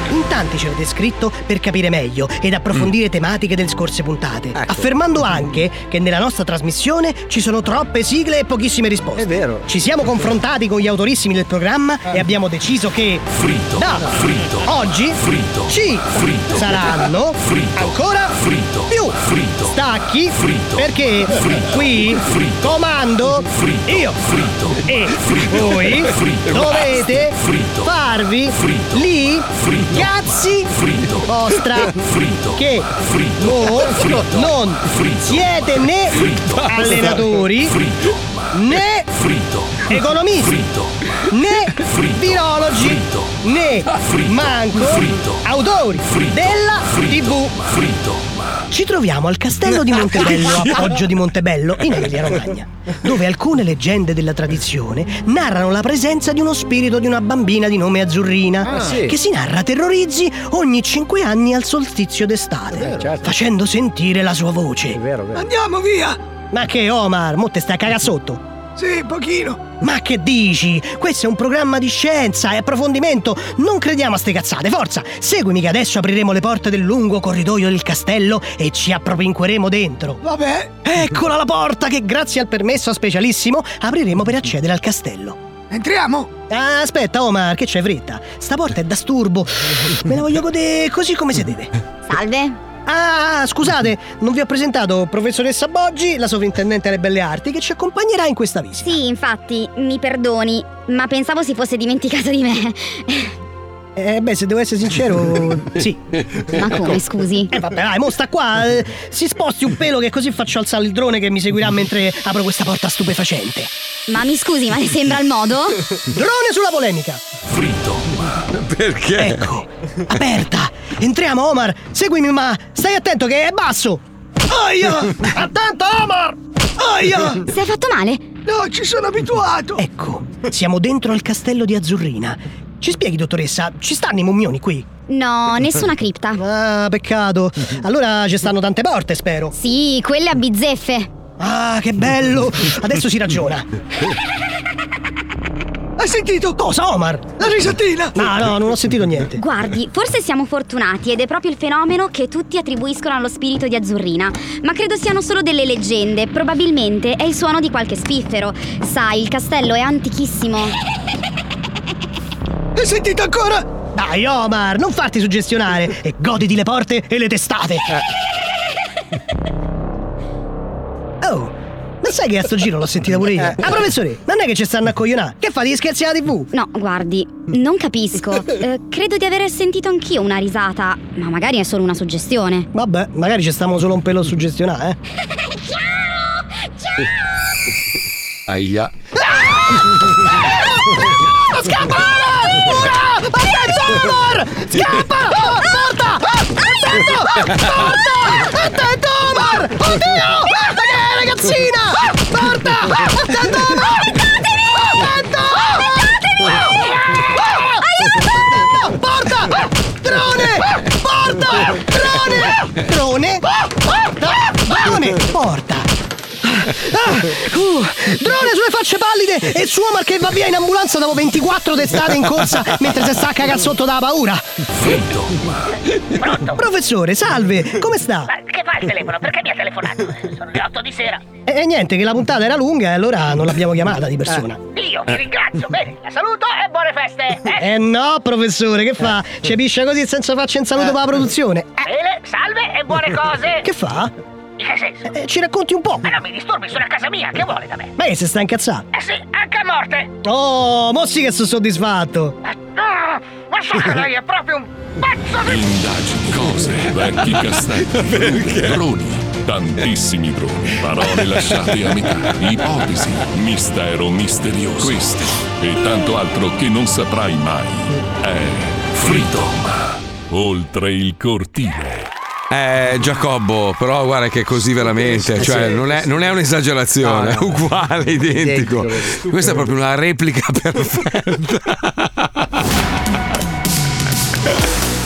In tanti ce l'ho descritto per capire meglio ed approfondire tematiche delle scorse puntate, affermando anche che nella nostra trasmissione ci sono troppe sigle e pochissime risposte. È vero. Eh. Ci siamo confrontati con gli autorissimi del programma e abbiamo deciso che
Frito.
No.
Frito.
Oggi
Frito.
Ci
Frito.
saranno
Frito.
ancora
Frito.
più
Frito.
stacchi
Frito.
perché
Frito.
qui
Frito.
comando io e voi
Frito.
dovete
Frito.
farvi lì cazzi vostra che voi non siete né allenatori né economisti né virologi né manco autori della tv ci troviamo al castello di Montebello a Poggio di Montebello in Emilia Romagna dove alcune leggende della tradizione narrano la presenza di uno spirito di una bambina di nome Azzurrina
Ah, sì.
che si narra terrorizzi ogni 5 anni al solstizio
Eh,
d'estate
certo.
facendo sentire la sua voce
Andiamo via!
ma che Omar, mo te sta a cagà sotto
Sì, pochino.
ma che dici? Questo è un programma di scienza e approfondimento. Non crediamo a ste cazzate, forza! Seguimi che adesso apriremo le porte del lungo corridoio del castello e ci appropinqueremo dentro.
Vabbè.
Eccola la porta che grazie al permesso specialissimo apriremo per accedere al castello.
Entriamo!
Ah, aspetta, Omar, che c'è fretta? Sta porta è da sturbo. Me la voglio godere così come si deve. Salve. Ah, scusate, non vi ho presentato professoressa Boggi, la sovrintendente alle belle arti, che ci accompagnerà in questa visita.
Sì, infatti, mi perdoni, ma pensavo si fosse dimenticata di me.
Eh beh, se devo essere sincero, sì.
Ma come, scusi?
Eh vabbè, dai, mo sta qua, eh, si sposti un pelo che così faccio alzare il drone che mi seguirà mentre apro questa porta stupefacente.
Ma mi scusi, ma le sembra il modo?
Drone sulla polemica!
Perché?
Ecco, aperta! Entriamo, Omar! Seguimi, ma stai attento che è basso! Aia! Attento, Omar! Aia!
Sei fatto male?
No, ci sono abituato! Ecco, siamo dentro al castello di Azzurrina. Ci spieghi, dottoressa, ci stanno i mummioni qui?
No, nessuna cripta.
Ah, peccato. Allora ci stanno tante porte, spero.
Sì, quelle a bizzeffe.
Ah, che bello! Adesso si ragiona. Hai sentito? Cosa, Omar? La risatina! No, no, non ho sentito niente.
Guardi, forse siamo fortunati ed è proprio il fenomeno che tutti attribuiscono allo spirito di Azzurrina, ma credo siano solo delle leggende, probabilmente è il suono di qualche spiffero. Sai, il castello è antichissimo.
Hai sentito ancora? Dai, Omar, non farti suggestionare e goditi le porte e le testate. Eh. Oh, ma sai che a sto giro l'ho sentita pure io? Ah, professore, non è che ci stanno a coglionare? Che fate gli scherzi alla TV?
No, guardi, non capisco. Eh, credo di aver sentito anch'io una risata, ma magari è solo una suggestione.
Vabbè, magari ci stiamo solo un pelo a suggestionare, eh.
Aia.
Scappa! Ora! Attento, Omar! Scappa! Oh, Porta! Attento! Porta! Attento, Omar! Oddio! Guarda che ragazzina! Porta! Attento, Omar! Attento! Aiuto!
Drone. ah, Drone. Porta. Ah, uh, drone sulle facce pallide e il suo Omar che va via in ambulanza dopo 24 testate in corsa mentre si stacca cazzotto dalla paura. Professore, salve, come sta?
Ma che fa il telefono? Perché mi ha telefonato? Sono le 8 di sera.
E niente, che la puntata era lunga e allora non l'abbiamo chiamata di persona.
Eh, Io vi ringrazio, bene, la saluto e buone feste. Eh,
Eh no, professore, che fa? Ci piscia così senza farci un saluto per la produzione.
Bene, salve e buone Eh. cose.
Eh. Che fa?
In che senso?
Eh, ci racconti un po'.
Ma non mi disturbi, sono a casa mia, che vuole da me?
Beh, se sta incazzando.
Eh sì, anche a morte.
Oh, mo sì che sono soddisfatto.
Ah, ma so che lei è proprio un pezzo di...
Indagini, cose, vecchi castagni, droni, tantissimi droni, parole lasciate a metà, ipotesi, mistero misterioso. Questo e tanto altro che non saprai mai è Freedom. Oltre il cortile.
Eh, Giacobbo, però guarda che è così veramente,
Eh,
cioè
sì.
non, è, non è un'esagerazione,
No, no.
è uguale, identico. Questa è proprio una replica perfetta.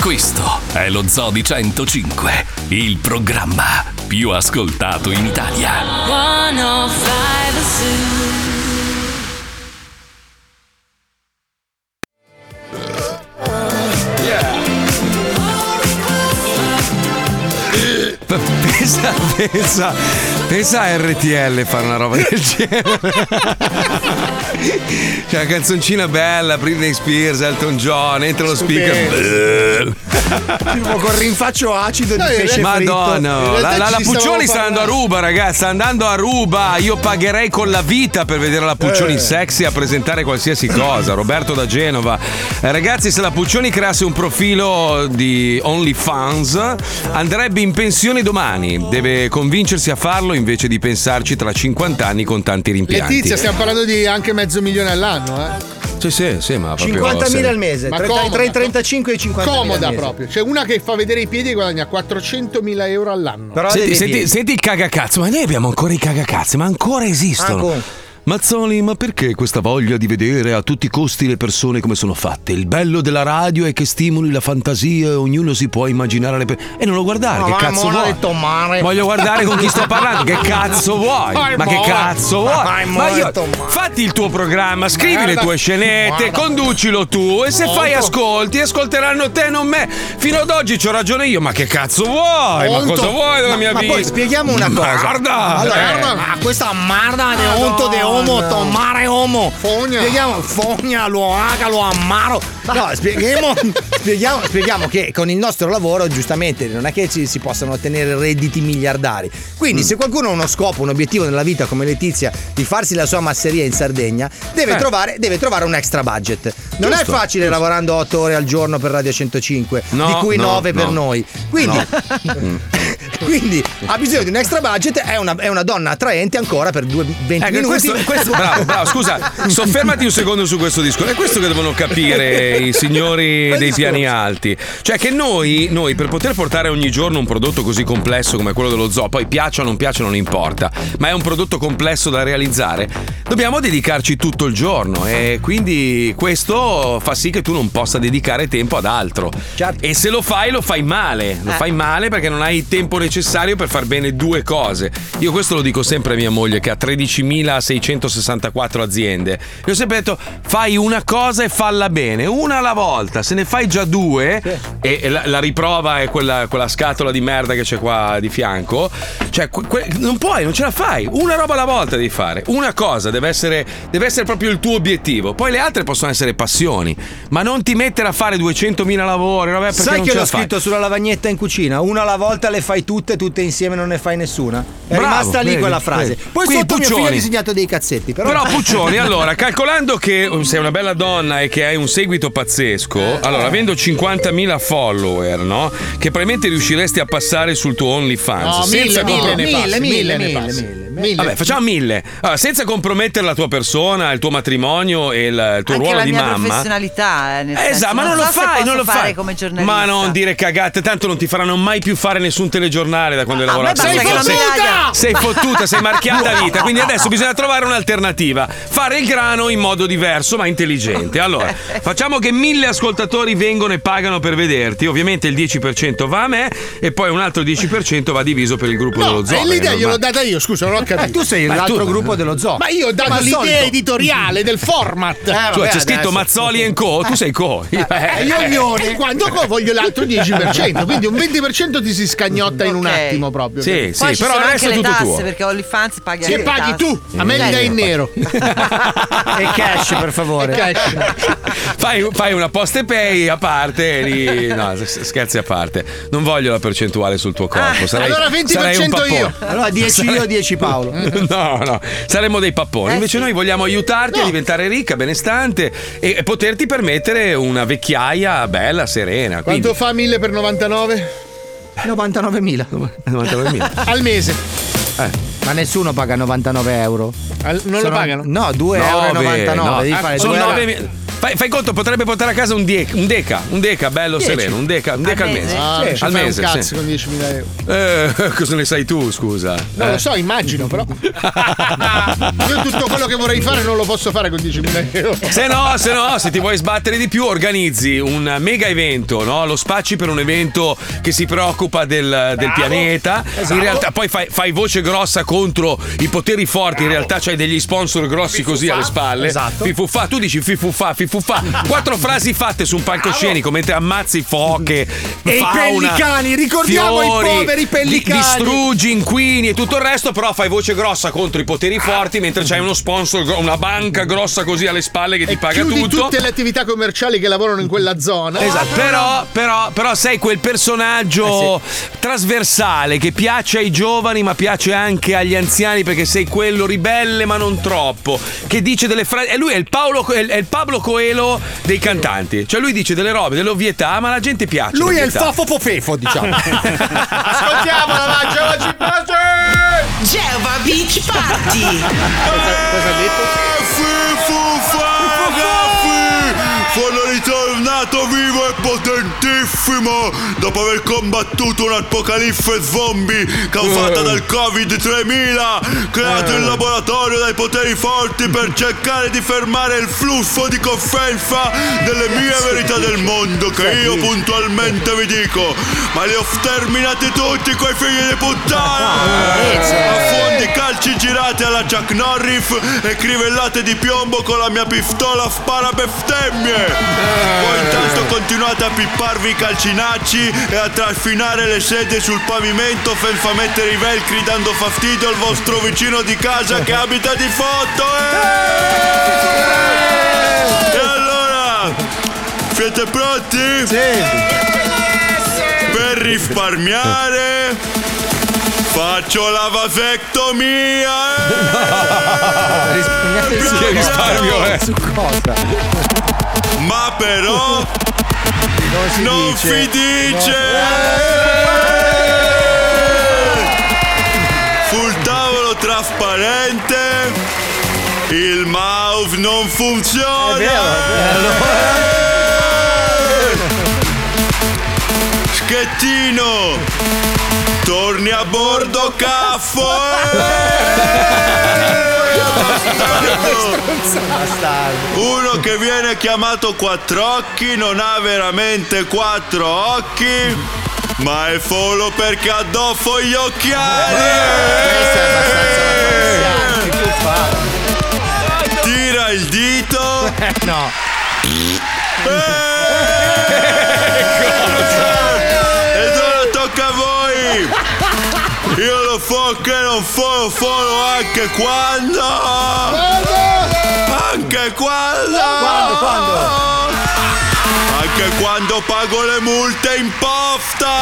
Questo è lo Zoo di 105, il programma più ascoltato in Italia.
105 Zoo.
Pensa, pensa, pensa a RTL fare una roba del genere. C'è una canzoncina bella, Britney Spears, Elton John, entra lo speaker.
Tipo col rinfaccio acido di
Dai,
eh,
pesce
Madonna, la,
fritto.
la- la
Ci stavamo
Puccioni sta andando a
parlando.
Ruba, ragazzi. Sta andando a Ruba. Io pagherei con la vita per vedere la Puccioni
Eh.
sexy a presentare qualsiasi cosa. Roberto da Genova. Eh, Ragazzi, se la Puccioni creasse un profilo di OnlyFans, andrebbe in pensione domani. Deve convincersi a farlo invece di pensarci tra 50 anni con tanti rimpianti.
Letizia, stiamo parlando di anche mezzo milione all'anno, eh.
Sì, sì, sì, ma proprio
50.000
se-
al mese.
Ma
Tra-
comoda,
tra i 35
e i 50.000 al
Comoda
mese.
proprio. C'è una che fa vedere i piedi e guadagna 400.000 euro all'anno.
senti, senti, senti il cagacazzo, ma noi abbiamo ancora i cagacazzi, ma ancora esistono.
Ancora.
Mazzoli, ma perché questa voglia di vedere a tutti i costi le persone come sono fatte? Il bello della radio è che stimoli la fantasia e ognuno si può immaginare le persone. E non lo guardare, che cazzo vuoi? Voglio guardare con chi sto parlando, che cazzo vuoi?
Vai,
Ma che
muore.
cazzo
Vai,
vuoi? Ma
muore,
io,
Tommaso.
fatti il tuo programma, scrivi
Guarda-
le tue scenette,
Guarda.
conducilo tu e se
Molto.
fai ascolti, ascolteranno te, non me. Fino ad oggi c'ho ragione io, ma che cazzo vuoi? Ma
Onto-
cosa vuoi della
ma-
mia
ma
vita?
poi spieghiamo una cosa.
Guarda!
Allora,
Eh.
ma questa marda de onto de homo, tomare homo. Fogna. Spieghiamo, fogna, lo aga, lo ammaro. No, spieghiamo,
spieghiamo, spieghiamo che con il nostro lavoro, giustamente, non è che ci si possano ottenere redditi miliardari. Quindi,
Mm.
se qualcuno ha uno scopo, un obiettivo nella vita come Letizia, di farsi la sua masseria in Sardegna, deve,
Eh.
trovare, deve trovare un extra budget. Non
Giusto,
è facile lavorando 8 ore al giorno per Radio 105,
No,
di cui
no,
9 per
no. Mm.
noi. Quindi, quindi ha bisogno di un extra budget, è una, è una donna attraente ancora per due, 20
Ecco,
minuti.
questo- questo- bravo, bravo, scusa, soffermati un secondo su questo discorso. È questo che devono capire i signori dei piani alti. Cioè che noi, noi, per poter portare ogni giorno un prodotto così complesso come quello dello zoo, poi piaccia o non piaccia non importa, ma è un prodotto complesso da realizzare, dobbiamo dedicarci tutto il giorno e quindi questo fa sì che tu non possa dedicare tempo ad altro. E se lo fai lo fai male, lo
Eh.
fai male perché non hai il tempo necessario per far bene due cose. Io questo lo dico sempre a mia moglie che ha 13.664 aziende. Io ho sempre detto fai una cosa e falla bene, una alla volta, se ne fai già due e, e la, la riprova è quella, quella scatola di merda che c'è qua di fianco, cioè que- que- non puoi, non ce la fai, una roba alla volta devi fare, una cosa deve essere, deve essere proprio il tuo obiettivo, poi le altre possono essere passioni, ma non ti mettere a fare 200.000 lavori, vabbè, perché
Sai
non
che
ce
l'ho
la fai.
scritto sulla lavagnetta in cucina? Una alla volta le fai tutte, tutte insieme non ne fai nessuna. È
Bravo,
rimasta lì
vedi,
quella frase.
vedi.
Poi
Quindi
sotto mio figlio ha
Puccioni.
disegnato dei cazzetti. Però,
Però Puccioni, allora, calcolando che um, sei una bella donna e che hai un seguito pazzesco, allora, avendo 50.000 follower, no? Che probabilmente riusciresti a passare sul tuo OnlyFans.
No,
senza
mille,
compro-
mille, ne passi, mille, ne passi. Mille.
Vabbè, facciamo mille. Allora, senza compromettere la tua persona, il tuo matrimonio e il, il tuo
Anche
ruolo
la
di
mia
mamma.
professionalità. eh, nel
Eh,
senso,
Esatto, ma non,
so
lo
se
fai,
posso
non lo
fare
fai.
come giornalista.
Ma non dire cagate, tanto non ti faranno mai più fare nessun telegiornale da quando hai lavorato.
Ah, basta che la
sei,
medaglia-
sei fottuta, sei marchiata a vita. Quindi adesso bisogna trovare un'alternativa. Fare il grano in modo diverso, ma intelligente. Allora, facciamo che mille ascoltatori vengono e pagano per vederti. Ovviamente il 10% va a me e poi un altro 10% va diviso per il gruppo dello zoo. eh,
E Eh, l'idea gliel'ho data io, scusa, non ho capito.
tu sei Ma l'altro tu- gruppo dello zoo.
Ma io ho dato
Come al
l'idea
solito.
editoriale del format.
Tu Cioè, c'è scritto Mazzoli e Co. Tu sei Co.
Eh, io glione. Quando co- voglio l'altro 10%, quindi un 20% ti si scagnotta in un attimo proprio.
Sì,
Poi ci sono anche le tasse perché OnlyFans paghi
Che
anche le
paghi
tasse. Cioè,
tu, a me li
Eh,
dai in nero.
E cash, per favore.
Fai, fai una post e pay a parte. e Lì... No, s- scherzi a parte. Non voglio la percentuale sul tuo corpo. Sarai,
Ah, allora 20%
sarai un pappone.
io. Allora 10 io, 10 Paolo.
No, no, saremmo dei papponi.
Eh
Invece noi vogliamo aiutarti a diventare ricca, benestante e e poterti permettere una vecchiaia bella, serena. Quindi
Quanto fa 1000 per 99?
99.000.
99.000.
Al mese.
eh.
Ma nessuno paga 99 euro?
non lo pagano?
No, 2,99
Nove, no.
euro. Devi
Ah,
fare
sono
due euro.
nove mi- Fai, fai conto, potrebbe portare a casa un, die- un deca, un deca bello
Dieci.
sereno, un deca, un deca al mese.
Ah,
Sì,
non ci
al
fai
mese,
un
sì.
cazzo con 10.000 euro.
Eh, cosa ne sai tu, scusa?
Non lo
Eh?
so, immagino, però. Io tutto quello che vorrei fare non lo posso fare con 10.000 euro.
Se no, se no, se ti vuoi sbattere di più, organizzi un mega evento, no? Lo spacci per un evento che si preoccupa del, del pianeta. In
Esatto.
realtà poi fai, fai voce grossa contro i poteri forti, in realtà c'hai degli sponsor grossi così alle spalle.
Esatto.
Fifufà, tu dici fifufà, fifufà. Quattro frasi fatte su un palcoscenico mentre ammazzi foche.
E i
fauna,
pellicani, ricordiamo i
fiori,
poveri
di-
pellicani.
distruggi inquini e tutto il resto, però fai voce grossa contro i poteri forti mentre c'hai uno sponsor, gro- una banca grossa così alle spalle che ti paga
Chiudi
tutto.
tutte le attività commerciali che lavorano in quella zona.
Esatto, però, però, però sei quel personaggio trasversale che piace ai giovani ma piace anche agli anziani perché sei quello ribelle ma non troppo, che dice delle frasi... E lui è il, Paolo, Co- è il- è il Pablo Coelho dei cantanti, cioè lui dice delle robe, delle ovvietà ma la gente piace.
Lui è il
l'ovvietà. Ah,
fafofofefo, diciamo.
Ascoltiamo la
Mangia oggi
Geova Beach Party.
Cosa ha detto? Sono ritornato vivo e potentissimo dopo aver combattuto un'apocalisse zombie causata dal Covid-3000 creato in laboratorio dai poteri forti per cercare di fermare il flusso di cofferenza delle mie verità del mondo che io puntualmente vi dico ma li ho sterminati tutti quei figli di puttana a fondi calci girati alla Jack Norris e crivellate di piombo con la mia pistola spara bestemmie. Voi intanto continuate a pipparvi i calcinacci e a trascinare le sedie sul pavimento senza mettere i velcri dando fastidio al vostro vicino di casa che abita di foto. eh! E allora siete pronti? Per risparmiare faccio la vasectomia. eh!
Che risparmio è?
Ma però non si dice, sul tavolo trasparente il mouse non funziona Schettino torni a bordo caffo eh! Uno che viene chiamato quattro occhi non ha veramente quattro occhi, ma è solo perché addosso gli
Eh,
occhiali. Eh. Tira il dito.
Eh,
No. E ora tocca a voi. Io lo so che non fo, lo fo anche quando. Anche quando.
Quando, quando?
Anche quando pago le multe in
Eh,
posta.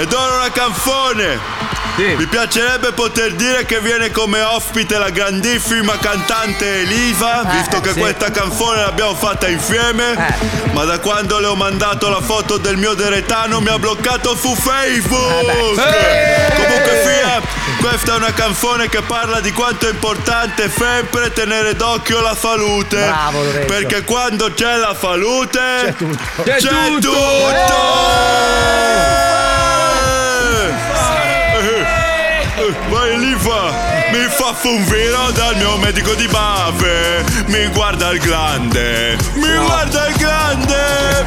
Ed ora una canzone. Mi piacerebbe poter dire che viene come ospite la grandissima cantante Elisa,
Eh,
visto che
sì. Eh.
questa canzone l'abbiamo fatta insieme. Ma da quando le ho mandato la foto del mio deretano mi ha bloccato su
Eh
Facebook. Comunque Fia, questa è una canzone che parla di quanto è importante sempre tenere d'occhio la salute.
Bravo, Lorenzo.
perché quando c'è la salute c'è tutto.
C'è tutto.
Vai lì fa, mi fa un vino dal mio medico di base, mi guarda il grande, mi guarda il grande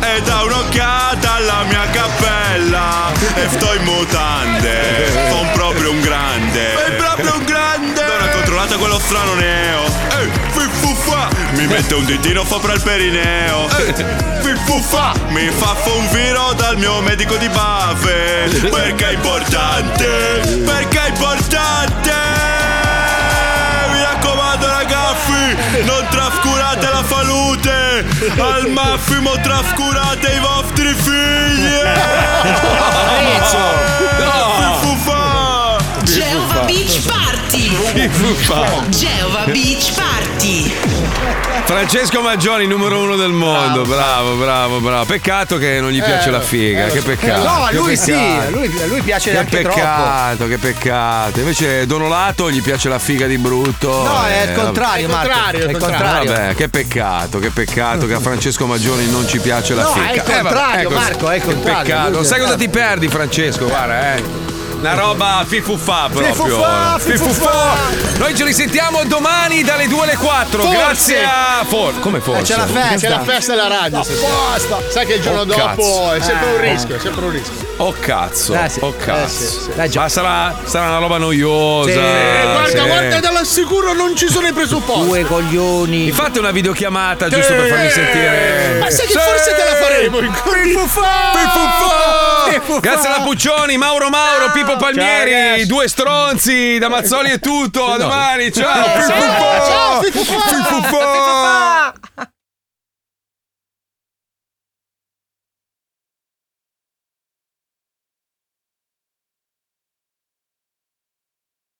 e dà un'occhiata alla mia cappella e sto in mutande, sono proprio un grande, sei proprio un grande, allora controllate quello strano neo, ehi, fiffufa, mi mette un ditino sopra il perineo, ehi, fiffufa, mi fa un vino dal mio medico di base, perché è importante, perché è importante! mi raccomando ragazzi non trascurate la salute al massimo trascurate i vostri figli
Geova Beach Party. Geova Beach Party.
Francesco Maggioni, numero uno del mondo. Bravo, bravo, bravo. Peccato che non gli piace
Eh,
la figa.
eh,
Che peccato.
No, a
che
lui sì,
peccato.
a lui, a lui piace
Che
anche troppo.
peccato, che peccato. Invece Donolato gli piace la figa di brutto.
No, è
Eh,
il contrario,
vabbè. Eh,
Marco. È il contrario.
Vabbè, che peccato, che peccato che a Francesco Maggioni non ci piace la
No,
figa.
è il
Eh, vabbè,
contrario,
ecco,
Marco, è il
che
contrario.
Peccato.
Lui-
Sai cosa ti perdi, Francesco? Guarda, eh. Una roba fifufà proprio.
Fifufà, fifufà.
Noi ci risentiamo domani dalle 2 alle 4.
Forse.
Grazie a For. Come
Eh,
forse?
Eh, c'è la festa. C'è
Esatto.
la festa alla radio.
No,
stasera.
basta.
Sai che il giorno
Oh,
dopo
cazzo.
è sempre un
Eh.
rischio, è sempre un rischio.
Oh cazzo,
Eh, sì.
oh cazzo.
Eh, sì, sì.
Ma sarà, sarà una roba noiosa.
Sì. Eh, guarda,
sì.
guarda, dall'assicuro non ci sono i presupposti. Due
coglioni.
Mi fate una videochiamata giusto per farmi
Sì.
sentire.
Ma sai che
Sì.
forse te la faremo?
Grazie alla Puccioni, Mauro Mauro, Pippo Palmieri, due stronzi,
Eh,
da Mazzoli è tutto, a domani, ciao!
Ciao,
Fifufà.
ciao,
Fifufà.